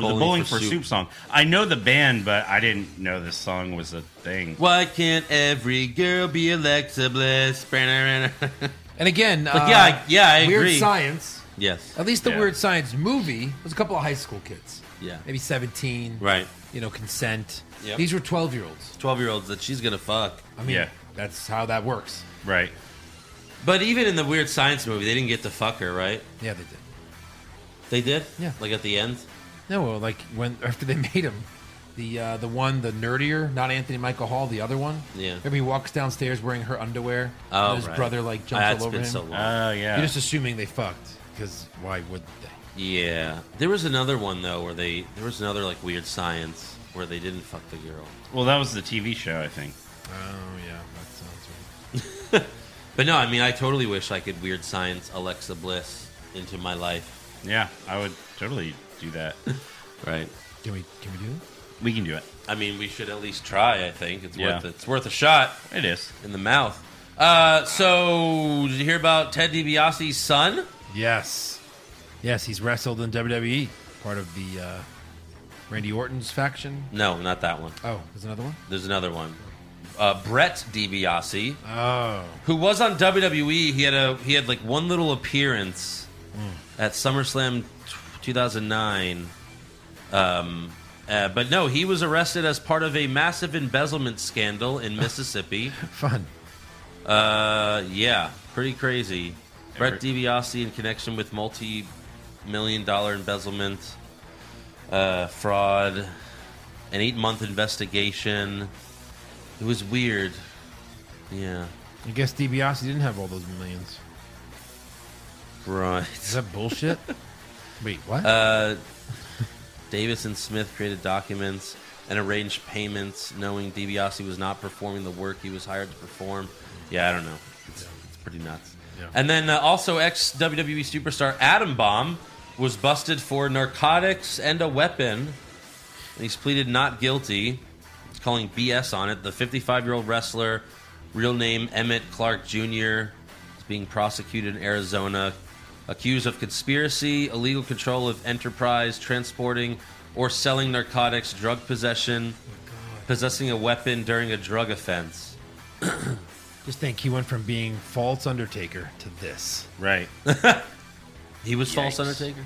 Speaker 4: Bowling
Speaker 5: the Bowling
Speaker 4: for
Speaker 5: for,
Speaker 4: Soup.
Speaker 5: Soup song. I know the band, but I didn't know this song was a thing.
Speaker 4: Why can't every girl be Alexa Bliss?
Speaker 6: And again, uh,
Speaker 4: yeah, I- yeah, I
Speaker 6: Weird
Speaker 4: agree.
Speaker 6: Science.
Speaker 4: yes.
Speaker 6: At least the
Speaker 5: Yeah.
Speaker 6: Weird Science movie was a couple of high school kids.
Speaker 4: Yeah.
Speaker 6: Maybe 17.
Speaker 4: Right.
Speaker 6: You know, consent.
Speaker 4: Yep.
Speaker 6: These were 12 year olds.
Speaker 4: 12 year olds that she's going to fuck.
Speaker 6: I mean,
Speaker 5: Yeah.
Speaker 6: that's how that works.
Speaker 5: Right.
Speaker 4: But even in the Weird Science movie, they didn't get to fuck her, right?
Speaker 6: Yeah, they did.
Speaker 4: They did?
Speaker 6: Yeah.
Speaker 4: Like at the end?
Speaker 6: No, well, like when after they made him, the uh, the one, the nerdier, not Anthony Michael Hall, the other one.
Speaker 4: Yeah.
Speaker 6: Remember he walks downstairs wearing her underwear.
Speaker 4: Oh,
Speaker 6: and his
Speaker 4: right.
Speaker 6: brother like jumps
Speaker 4: That's
Speaker 6: all over
Speaker 4: been
Speaker 6: him.
Speaker 4: so long.
Speaker 5: Oh, yeah.
Speaker 6: You're just assuming they fucked because why would they?
Speaker 4: Yeah, there was another one though where they there was another like weird science where they didn't fuck the girl,
Speaker 5: well, that was the TV show, I think.
Speaker 6: Oh yeah, that sounds right.
Speaker 4: but no, I mean I totally wish I could weird science Alexa Bliss into my life.
Speaker 5: Yeah, I would totally do that.
Speaker 4: Right.
Speaker 6: Can we can we do that?
Speaker 5: we can do it.
Speaker 4: I mean we should at least try. I think it's
Speaker 5: Yeah.
Speaker 4: worth it's worth a shot
Speaker 5: It is.
Speaker 4: in the mouth. Uh, so did you hear about Ted DiBiase's son?
Speaker 6: Yes, yes, he's wrestled in WWE, part of the uh, Randy Orton's faction.
Speaker 4: No, not that one.
Speaker 6: Oh, there's another one.
Speaker 4: There's another one. Uh, Brett DiBiase,
Speaker 6: Oh,
Speaker 4: who was on WWE. He had a he had like one little appearance at SummerSlam t- 2009. Um, uh, but no, he was arrested as part of a massive embezzlement scandal in Mississippi.
Speaker 6: fun.
Speaker 4: uh, yeah, pretty crazy. Brett DiBiase in connection with multi-million dollar embezzlement, uh, fraud, an eight-month investigation. It was weird. Yeah.
Speaker 6: I guess DiBiase didn't have all those millions.
Speaker 4: Right.
Speaker 6: Is that bullshit? Wait, what?
Speaker 4: Uh, Davis and Smith created documents and arranged payments, knowing DiBiase was not performing the work he was hired to perform. Yeah, I don't know. It's, it's pretty nuts.
Speaker 6: Yeah.
Speaker 4: And then uh, also ex WWE superstar Adam Bomb was busted for narcotics and a weapon, and he's pleaded not guilty. It's calling BS on it. The 55 year old wrestler, real name Emmett Clark Jr., is being prosecuted in Arizona, accused of conspiracy, illegal control of enterprise, transporting or selling narcotics, drug possession, possessing a weapon during a drug offense.
Speaker 6: Just think, he went from being false Undertaker to this.
Speaker 5: Right.
Speaker 4: He was false
Speaker 5: Yikes.
Speaker 4: Undertaker.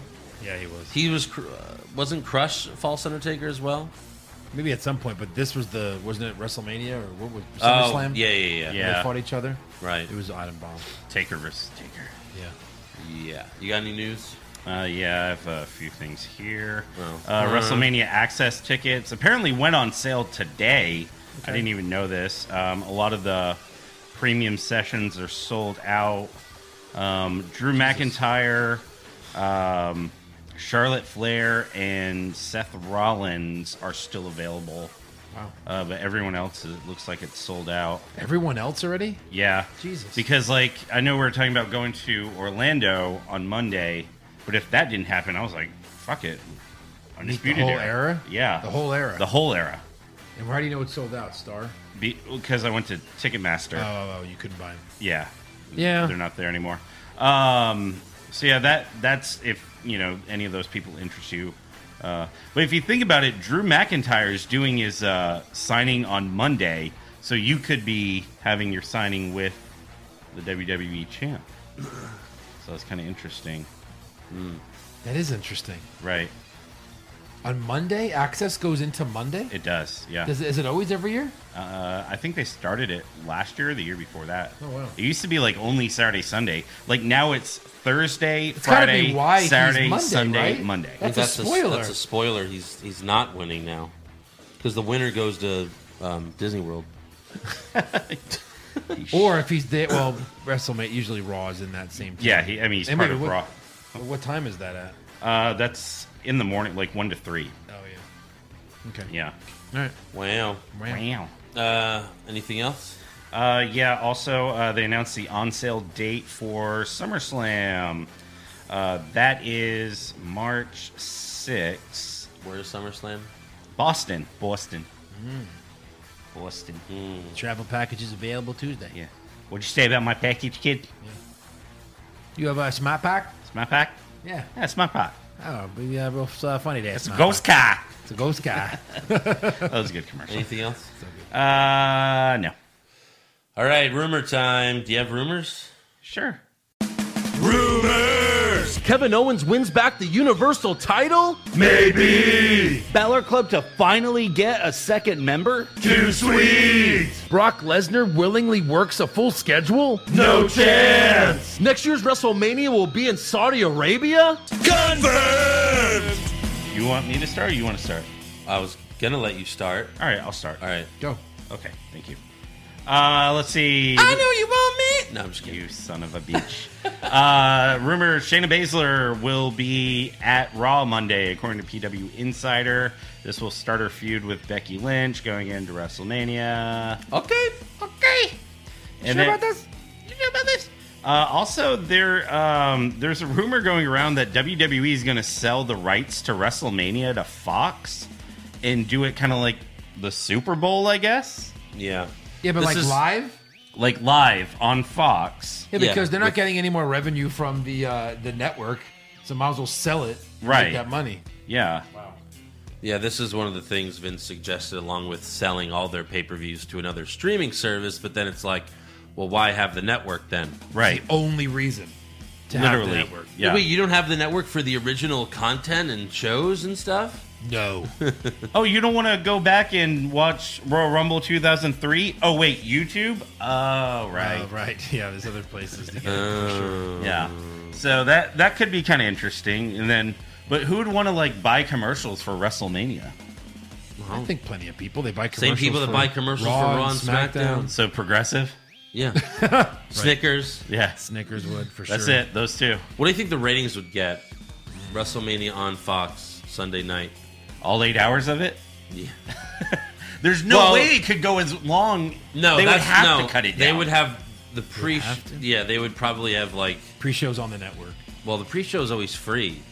Speaker 6: Yeah, he was.
Speaker 4: He was cr- uh, wasn't Crush false Undertaker as well?
Speaker 6: Maybe at some point, but this was the wasn't it WrestleMania or what was SummerSlam?
Speaker 4: Oh, yeah, yeah, yeah,
Speaker 6: When They
Speaker 5: Yeah.
Speaker 6: fought each other.
Speaker 4: Right.
Speaker 6: It was Iron Bomb.
Speaker 5: Taker versus Taker.
Speaker 6: Yeah.
Speaker 4: Yeah. You got any news?
Speaker 5: Uh, yeah, I have a few things here.
Speaker 4: Well,
Speaker 5: uh, WrestleMania access tickets apparently went on sale today. I didn't even know this. Um, a lot of the premium sessions are sold out. Um, Drew McIntyre, um, Charlotte Flair, and Seth Rollins are still available
Speaker 6: Wow.
Speaker 5: Uh, but everyone else, it looks like it's sold out.
Speaker 6: Everyone else already?
Speaker 5: Yeah.
Speaker 6: Jesus.
Speaker 5: Because, like, I know we were talking about going to Orlando on Monday, but if that didn't happen, I was like, fuck it. Undisputed
Speaker 6: whole era?
Speaker 5: Yeah.
Speaker 6: The whole era.
Speaker 5: The whole era.
Speaker 6: And why do you know it's sold out, Star?
Speaker 5: Because I went to Ticketmaster.
Speaker 6: Oh, you couldn't buy them.
Speaker 5: Yeah.
Speaker 6: Yeah.
Speaker 5: They're not there anymore. Um, so yeah, that that's if you know any of those people interest you. Uh, but if you think about it, Drew McIntyre is doing his uh, signing on Monday, so you could be having your signing with the WWE champ. So that's kind of interesting,
Speaker 6: That is interesting.
Speaker 5: right?
Speaker 6: On Monday, access goes into Monday.
Speaker 5: It does, yeah.
Speaker 6: Does, is it always every year?
Speaker 5: Uh, I think they started it last year or the year before that.
Speaker 6: Oh, wow.
Speaker 5: It used to be like only Saturday, Sunday. Like now it's Thursday,
Speaker 6: gotta be
Speaker 5: Friday,
Speaker 6: why he's
Speaker 5: Saturday,
Speaker 6: Monday,
Speaker 5: Sunday,
Speaker 6: right?
Speaker 5: Monday.
Speaker 6: That's a spoiler.
Speaker 4: that's a spoiler. He's he's not winning now because the winner goes to um, Disney World.
Speaker 6: Or if he's there, well, WrestleMania usually Raw is in that same. Time.
Speaker 5: Yeah, he, I mean, he's
Speaker 6: And
Speaker 5: part
Speaker 6: wait,
Speaker 5: of
Speaker 6: what-
Speaker 5: Raw.
Speaker 6: What time is that at?
Speaker 5: Uh, that's in the morning, like 1 to 3.
Speaker 6: Oh yeah. Okay.
Speaker 5: Yeah.
Speaker 6: All right.
Speaker 4: Wow.
Speaker 6: Wow.
Speaker 4: Uh, anything else?
Speaker 5: Uh, yeah, also, uh, they announced the on sale date for SummerSlam. Uh, that is March 6th.
Speaker 4: Where's SummerSlam?
Speaker 5: Boston. Boston. Boston.
Speaker 6: Travel package is available Tuesday.
Speaker 5: Yeah. What'd you say about my package, kid?
Speaker 6: You have a smart pack?
Speaker 5: It's my pack?
Speaker 6: Yeah.
Speaker 5: Yeah, it's my pack.
Speaker 6: Oh, but yeah, real uh, funny day.
Speaker 5: It's a ghost car.
Speaker 6: It's a ghost guy.
Speaker 5: That was a good commercial.
Speaker 4: Anything else?
Speaker 5: Uh, no.
Speaker 4: All right, rumor time. Do you have rumors?
Speaker 5: Sure.
Speaker 8: Kevin Owens wins back the Universal title?
Speaker 7: Maybe
Speaker 8: Balor Club to finally get a second member?
Speaker 7: too sweet.
Speaker 8: Brock Lesnar willingly works a full schedule?
Speaker 7: No chance.
Speaker 8: Next year's WrestleMania will be in Saudi Arabia?
Speaker 7: Confirmed.
Speaker 5: You want me to start or you want to start?
Speaker 4: I was gonna let you start.
Speaker 5: All right, I'll start.
Speaker 4: All right.
Speaker 6: Go.
Speaker 5: Okay, thank you. Uh, let's see.
Speaker 4: you want me. No, I'm just kidding.
Speaker 5: You son of a bitch. uh, rumor Shayna Baszler will be at Raw Monday, according to PW Insider. This will start her feud with Becky Lynch going into WrestleMania.
Speaker 4: Okay.
Speaker 5: Okay. And
Speaker 6: sure
Speaker 5: then-
Speaker 6: about this?
Speaker 5: You know about this? Uh, also, there um, there's a rumor going around that WWE is going to sell the rights to WrestleMania to Fox and do it kind of like the Super Bowl, I guess,
Speaker 4: Yeah.
Speaker 6: Yeah, but
Speaker 4: This
Speaker 6: like
Speaker 4: is-
Speaker 6: live.
Speaker 5: like live on Fox.
Speaker 6: Yeah,
Speaker 4: Yeah,
Speaker 6: because they're not
Speaker 4: with-
Speaker 6: getting any more revenue from the uh, the network, so might as well sell it. and
Speaker 5: Right.
Speaker 6: Get that money.
Speaker 5: Yeah,
Speaker 4: Yeah, this is one of the things Vince suggested, along with selling all their pay per views to another streaming service. But then it's like, well, why have the network then?
Speaker 5: right.
Speaker 6: Only reason. To
Speaker 5: Literally.
Speaker 6: Have the network.
Speaker 5: Yeah.
Speaker 4: Wait, you don't have the network for the original content and shows and stuff?
Speaker 6: No.
Speaker 5: Oh, you don't want to go back and watch Royal Rumble 2003? Oh, wait, YouTube? Oh, right.
Speaker 6: Oh, right. Yeah, there's other places to get it.
Speaker 5: Yeah. So that that could be kind of interesting. And then, but who would want to like buy commercials for WrestleMania?
Speaker 6: I think plenty of people they buy
Speaker 4: Uh, Same
Speaker 6: commercials
Speaker 4: people that
Speaker 6: for
Speaker 4: buy commercials for Raw and SmackDown.
Speaker 5: So progressive?
Speaker 4: Yeah. Snickers.
Speaker 5: Yeah.
Speaker 6: Snickers would for
Speaker 5: That's
Speaker 6: sure.
Speaker 5: it. Those two.
Speaker 4: What do you think the ratings would get? WrestleMania on Fox Sunday night.
Speaker 5: All eight hours of it?
Speaker 4: Yeah.
Speaker 5: There's no
Speaker 4: Well-
Speaker 5: way it could go as long.
Speaker 4: No,
Speaker 5: they
Speaker 4: that's,
Speaker 5: would have
Speaker 4: no,
Speaker 5: to cut it down.
Speaker 4: They would have the pre.
Speaker 6: have to?
Speaker 4: yeah, they would probably have like.
Speaker 6: Pre-shows on the network.
Speaker 4: Well, the pre-show is always free,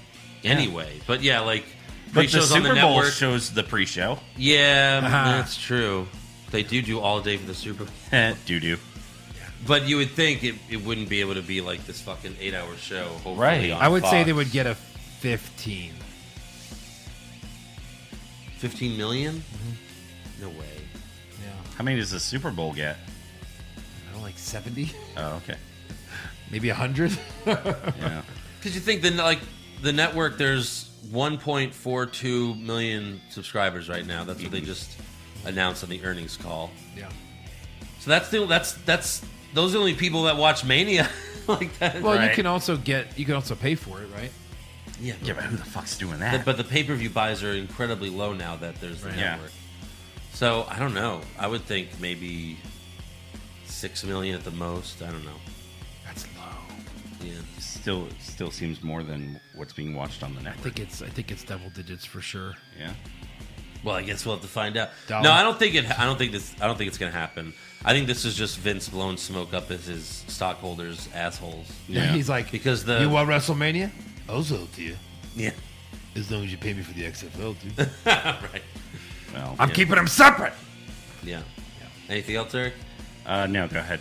Speaker 4: anyway. But yeah, like
Speaker 5: But the
Speaker 4: pre-shows on
Speaker 5: Super
Speaker 4: the
Speaker 5: Bowl
Speaker 4: network.
Speaker 5: shows the pre-show.
Speaker 4: yeah,
Speaker 6: Uh-huh.
Speaker 4: that's true. They do do all day for the Super. Bowl.
Speaker 5: Doo doo.
Speaker 4: But you would think it, it wouldn't be able to be like this fucking eight-hour show. Hopefully
Speaker 5: Right.
Speaker 4: on
Speaker 6: I would say they
Speaker 4: Fox.
Speaker 6: would get a 15.
Speaker 4: fifteen million? No way.
Speaker 6: Yeah.
Speaker 5: How many does the Super Bowl get?
Speaker 6: I don't know, like 70,
Speaker 5: Oh, okay.
Speaker 6: maybe 100.
Speaker 5: Yeah.
Speaker 4: Because you think the like the network, there's 1.42 million subscribers right now. That's what they just announced on the earnings call.
Speaker 6: yeah.
Speaker 4: So that's the that's that's those are the only people that watch Mania like that.
Speaker 6: Well, you
Speaker 5: Right.
Speaker 6: can also get you can also pay for it, right?
Speaker 4: yeah,
Speaker 5: Yeah, but who the fuck's doing that?
Speaker 4: But- but the pay per view buys are incredibly low now that there's the
Speaker 6: Right.
Speaker 5: Yeah.
Speaker 4: network. So I don't know. I would think maybe six million at the most. I don't know.
Speaker 6: That's low.
Speaker 4: Yeah.
Speaker 5: still still seems more than what's being watched on the
Speaker 6: I
Speaker 5: network.
Speaker 6: think it's I think it's double digits for sure.
Speaker 5: Yeah.
Speaker 4: Well, I guess we'll have to find out.
Speaker 6: Dollar.
Speaker 4: No, I don't think it. I don't think this. I don't think it's gonna happen. I think this is just Vince blowing smoke up as his stockholders assholes.
Speaker 5: Yeah.
Speaker 6: He's like,
Speaker 4: Because the-
Speaker 6: you want WrestleMania? I'll sell it to you
Speaker 4: Yeah,
Speaker 6: as long as you pay me for the XFL, dude.
Speaker 4: right.
Speaker 5: Well,
Speaker 6: I'm keeping them separate.
Speaker 4: Yeah. Anything else, Eric?
Speaker 5: uh, no, go ahead.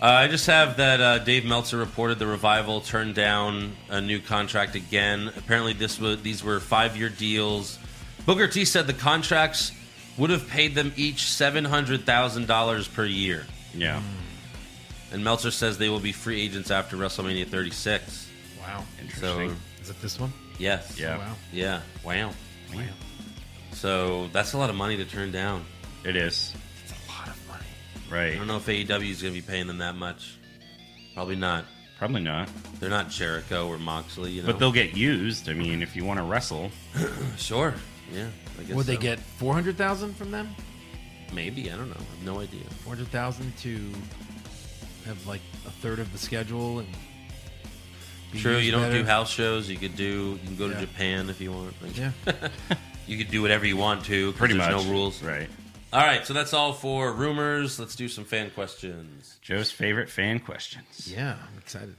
Speaker 4: Uh, I just have that uh, Dave Meltzer reported the revival turned down a new contract again. Apparently, this was these were five year deals. Booker T said the contracts would have paid them each seven hundred thousand dollars per year,
Speaker 5: Yeah,
Speaker 4: Hmm. and Meltzer says they will be free agents after WrestleMania thirty six.
Speaker 6: Wow.
Speaker 4: So
Speaker 5: interesting.
Speaker 8: Is it this one?
Speaker 4: yes,
Speaker 6: Oh,
Speaker 5: yeah,
Speaker 8: Wow.
Speaker 4: yeah, wow, wow. So that's a lot of money to turn down.
Speaker 5: it is. It's a lot of money.
Speaker 4: I
Speaker 5: Right.
Speaker 4: don't know if AEW is going to be paying them that much. Probably not.
Speaker 5: Probably not.
Speaker 4: They're not Jericho or Moxley, you know.
Speaker 5: But they'll get used. I mean, if you want to wrestle,
Speaker 4: sure, yeah. I guess
Speaker 6: Would they
Speaker 4: so.
Speaker 6: get 400000 from them?
Speaker 4: Maybe I don't know. I have no idea.
Speaker 6: 400000 to have like a third of the schedule and. be
Speaker 4: True,
Speaker 6: used
Speaker 4: you don't
Speaker 6: better?
Speaker 4: do house shows. You could do. You can go
Speaker 6: Yeah.
Speaker 4: to Japan if you want. Like,
Speaker 6: Yeah.
Speaker 4: You could do whatever you want to. 'cause
Speaker 5: pretty
Speaker 4: there's
Speaker 5: much
Speaker 4: no rules.
Speaker 5: Right.
Speaker 4: All right, so that's all for rumors. Let's do some fan questions.
Speaker 5: Joe's favorite fan questions.
Speaker 6: Yeah, I'm excited.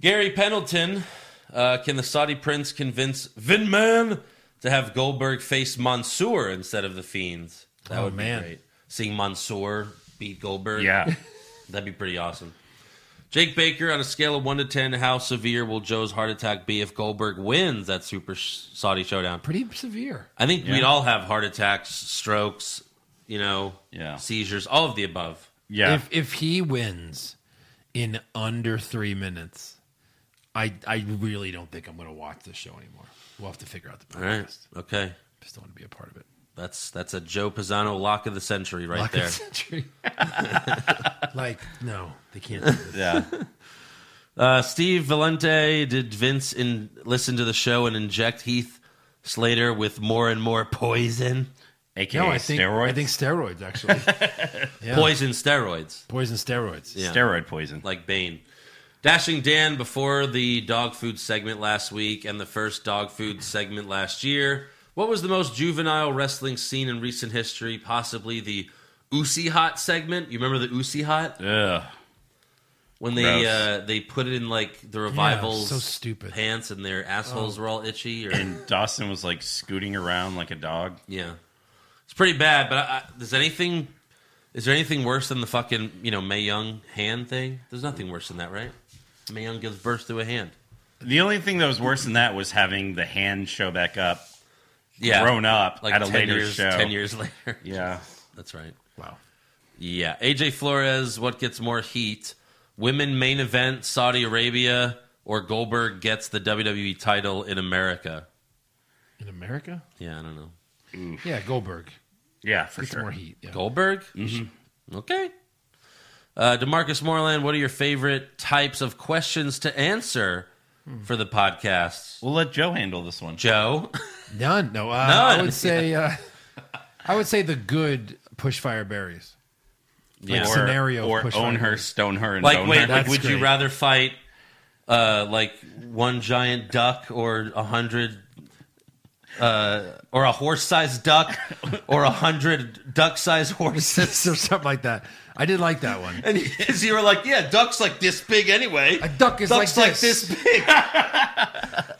Speaker 4: Gary Pendleton, uh, can the Saudi prince convince Vin Man to have Goldberg face Mansoor instead of the Fiends? That
Speaker 6: Oh,
Speaker 4: would
Speaker 6: man.
Speaker 4: be great. Seeing Mansoor beat Goldberg.
Speaker 5: Yeah.
Speaker 4: That'd be pretty awesome. Jake Baker, on a scale of 1 to 10, how severe will Joe's heart attack be if Goldberg wins that Super Sh- Saudi Showdown?
Speaker 6: Pretty severe.
Speaker 4: I think we'd
Speaker 5: Yeah.
Speaker 4: all have heart attacks, strokes, you know,
Speaker 5: Yeah.
Speaker 4: seizures, all of the above.
Speaker 5: Yeah.
Speaker 6: If if he wins in under three minutes, I I really don't think I'm going to watch the show anymore. We'll have to figure out the
Speaker 4: All right.
Speaker 6: podcast.
Speaker 4: Okay.
Speaker 6: Just don't want to be a part of it.
Speaker 4: That's that's a Joe Pisano lock of the century right
Speaker 6: Lock of
Speaker 4: there.
Speaker 6: century. like no, they can't. Do this.
Speaker 5: yeah.
Speaker 4: Uh, Steve Valente, did Vince in, listen to the show and inject Heath Slater with more and more poison?
Speaker 5: AKA
Speaker 6: No, I think
Speaker 5: steroids.
Speaker 6: I think steroids actually. Yeah.
Speaker 4: Poison steroids,
Speaker 6: poison steroids.
Speaker 4: Yeah.
Speaker 5: steroid poison.
Speaker 4: like Bane. Dashing Dan, before the dog food segment last week and the first dog food segment last year, what was the most juvenile wrestling scene in recent history? Possibly the Usi Hot segment. You remember the Usi Hot?
Speaker 5: Ugh.
Speaker 4: When they
Speaker 5: Gross.
Speaker 4: uh, they put it in like the revival's
Speaker 6: so stupid. Oh.
Speaker 4: pants and their assholes were all itchy? Or...
Speaker 5: And Dawson was like scooting around like a dog.
Speaker 4: Yeah, it's pretty bad. But I, I, does anything? Is there anything worse than the fucking you know May Young hand thing? There's nothing worse than that, right? May Young gives birth to a hand.
Speaker 5: The only thing that was worse than that was having the hand show back up,
Speaker 4: Yeah,
Speaker 5: grown up at a
Speaker 4: 10
Speaker 5: later
Speaker 4: years,
Speaker 5: show.
Speaker 4: Ten years later.
Speaker 5: Yeah.
Speaker 4: that's right.
Speaker 6: Wow.
Speaker 4: Yeah, AJ Flores. What gets more heat? Women main event Saudi Arabia or Goldberg gets the WWE title in America?
Speaker 6: In America?
Speaker 4: Yeah, I don't know.
Speaker 6: Yeah, Goldberg.
Speaker 5: Yeah, for
Speaker 6: It's
Speaker 5: sure.
Speaker 6: more heat. Yeah.
Speaker 4: Goldberg?
Speaker 6: Mm-hmm.
Speaker 4: Okay. Uh, Demarcus Moreland, what are your favorite types of questions to answer
Speaker 6: Hmm.
Speaker 4: for the podcast?
Speaker 5: We'll let Joe handle this one.
Speaker 4: Joe?
Speaker 6: None. No. Uh, I
Speaker 4: None.
Speaker 6: would say uh, I would say the good push fire berries.
Speaker 4: Yeah.
Speaker 6: Or- scenario
Speaker 5: or
Speaker 6: push
Speaker 5: own
Speaker 6: right
Speaker 5: her,
Speaker 6: here.
Speaker 5: stone her, and
Speaker 4: like,
Speaker 5: bone
Speaker 4: wait,
Speaker 5: her.
Speaker 4: like,
Speaker 6: That's
Speaker 4: would you
Speaker 6: great.
Speaker 4: rather fight uh, like one giant duck or a hundred, uh, or a horse-sized duck, or a hundred duck-sized horses?
Speaker 6: or something like that. I did like that one.
Speaker 4: And you were like, yeah, duck's like this big anyway.
Speaker 6: A duck is
Speaker 4: duck's
Speaker 6: like
Speaker 4: like
Speaker 6: this.
Speaker 4: this, big.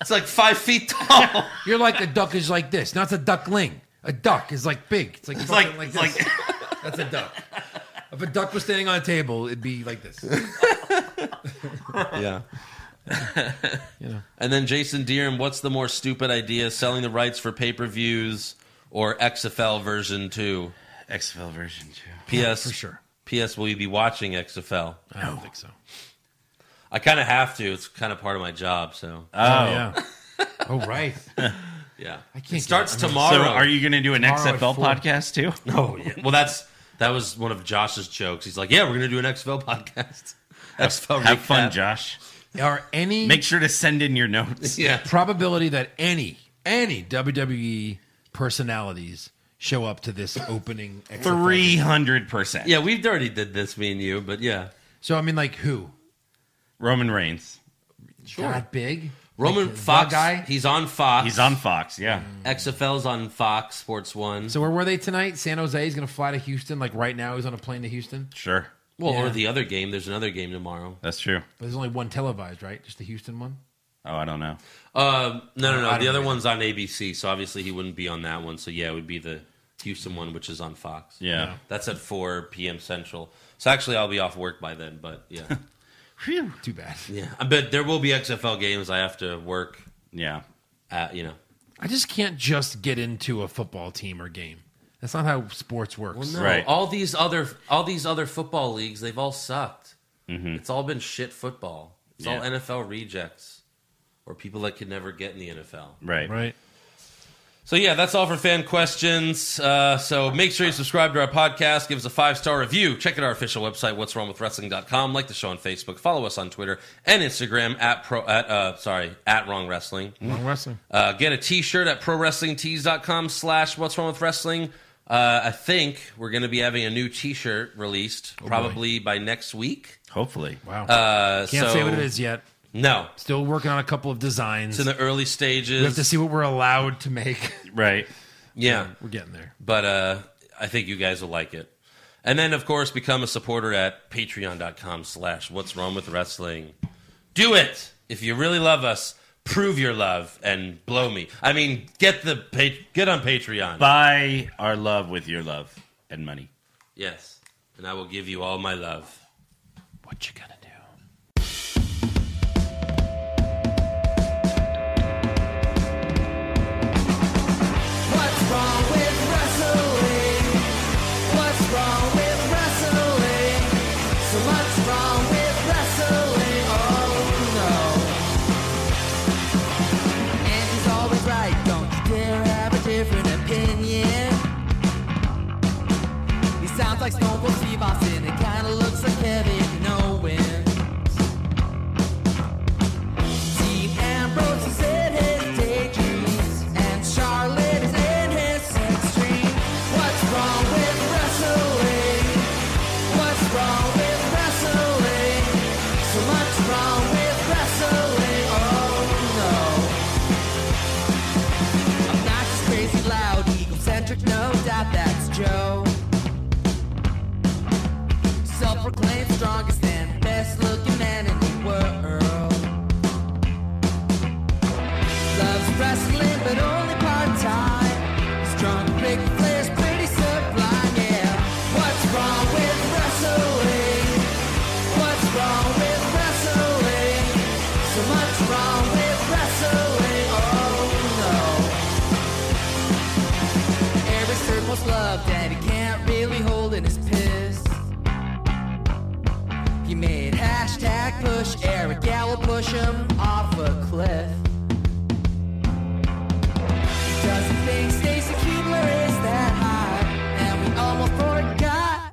Speaker 4: it's like five feet tall.
Speaker 6: You're like a duck is like this. Not a duckling. A duck is like big. It's like
Speaker 5: like-
Speaker 6: fucking like,
Speaker 5: it's like-
Speaker 6: this. That's a duck. If a duck was standing on a table, it'd be like this.
Speaker 4: Yeah. And then Jason Deerham, what's the more stupid idea, selling the rights for pay per views or XFL version 2?
Speaker 5: XFL version two.
Speaker 4: P.S.
Speaker 6: for sure.
Speaker 4: P.S. Will you be watching XFL?
Speaker 6: I don't think so.
Speaker 4: I kind of have to. It's kind of part of my job. So,
Speaker 5: Oh,
Speaker 6: Oh, yeah. Oh right.
Speaker 4: yeah. I
Speaker 6: can't
Speaker 4: it starts
Speaker 6: get it. I mean,
Speaker 4: tomorrow.
Speaker 5: So, are you going to do an
Speaker 6: Tomorrow at
Speaker 5: XFL
Speaker 6: four.
Speaker 5: podcast too?
Speaker 4: Oh, yeah. Well, that's that was one of Josh's jokes. He's like, yeah, we're going to do an XFL podcast. XFL
Speaker 5: Have
Speaker 4: recap.
Speaker 5: fun, Josh.
Speaker 6: Are any
Speaker 5: Make sure to send in your notes.
Speaker 4: Yeah.
Speaker 6: probability that any any WWE personalities show up to this opening XFL?
Speaker 5: Three hundred percent.
Speaker 4: Yeah, we've already did this, me and you, but yeah.
Speaker 6: So I mean, like who?
Speaker 5: Roman Reigns.
Speaker 6: That big?
Speaker 4: Roman
Speaker 9: the
Speaker 4: Fox.
Speaker 9: guy?
Speaker 4: He's on Fox.
Speaker 5: He's on Fox, yeah.
Speaker 4: Mm. XFL's on Fox Sports One.
Speaker 9: So where were they tonight? San Jose is going to fly to Houston. Like right now, he's on a plane to Houston.
Speaker 5: Sure.
Speaker 4: well, or
Speaker 9: yeah.
Speaker 4: the other game. There's another game tomorrow.
Speaker 5: That's true.
Speaker 9: But there's only one televised, right? Just the Houston one.
Speaker 5: Oh, I don't know.
Speaker 4: Um, no, no,
Speaker 9: I
Speaker 4: no.
Speaker 9: don't
Speaker 4: The other
Speaker 9: know.
Speaker 4: one's on ABC, so obviously he wouldn't be on that one. So yeah, it would be the Houston one, which is on Fox.
Speaker 5: Yeah.
Speaker 4: That's at 4 p.m. Central. So actually, I'll be off work by then. But yeah,
Speaker 5: Phew.
Speaker 9: Too bad.
Speaker 4: yeah. But there will be XFL games. I have to work.
Speaker 5: Yeah.
Speaker 4: At, you know.
Speaker 9: I just can't just get into a football team or game. That's not how sports works.
Speaker 4: No,
Speaker 5: Right.
Speaker 4: All these other all these other football leagues, they've all sucked. It's all been shit football. It's all
Speaker 5: Yeah.
Speaker 4: NFL rejects or people that could never get in the NFL.
Speaker 5: Right.
Speaker 9: Right.
Speaker 4: So yeah, that's all for fan questions. Uh, so make sure you subscribe to our podcast, give us a five star review, check out our official website, what's wrong with wrestling.com, like the show on Facebook, follow us on Twitter and Instagram at pro at uh, sorry, at wrong wrestling.
Speaker 9: Wrong wrestling.
Speaker 4: Uh, get a t-shirt at prowrestlingtees.com slash what's wrong with wrestling. Uh, I think we're going to be having a new t-shirt released
Speaker 9: Oh,
Speaker 4: probably by next week.
Speaker 5: Hopefully.
Speaker 9: Wow.
Speaker 4: Uh,
Speaker 9: can't
Speaker 4: so-
Speaker 9: say what it is yet.
Speaker 4: No.
Speaker 9: Still working on a couple of designs.
Speaker 4: It's in the early stages.
Speaker 9: we have to see what we're allowed to make.
Speaker 5: Right.
Speaker 4: yeah.
Speaker 9: we're getting there.
Speaker 4: But uh, I think you guys will like it. And then, of course, become a supporter at patreon.com slash what's wrong with wrestling. Do it! If you really love us, prove your love and blow me. I mean, get the pa- get on Patreon.
Speaker 5: Buy our love with your love and money.
Speaker 4: Yes, and I will give you all my love.
Speaker 9: What you gonna do?
Speaker 6: What's wrong with wrestling? What's wrong with wrestling? So much wrong with wrestling. Oh no. And he's always right. Don't you dare have a different opinion. He sounds like Stone Cold Steve Austin. It kinda looks like Kevin Owens. Dean Ambrose is in his daydreams, and Charlotte is in his sex dream. What's wrong with wrestling? What's wrong with wrestling? So much wrong with wrestling. Oh no. Obnoxious, crazy, loud, egocentric, no doubt that's Joe. Self proclaimed strongest and best looking man in the world. Loves wrestling, but only part time. He's drunk, big players, pretty sublime, yeah. What's wrong with wrestling? What's wrong with wrestling? So much wrong with wrestling, oh no. Every circle's love that he can't really hold in his piss. He made hashtag push Eric Gallo push him off a cliff. He doesn't think Stacy Kubler is that hot, and we almost forgot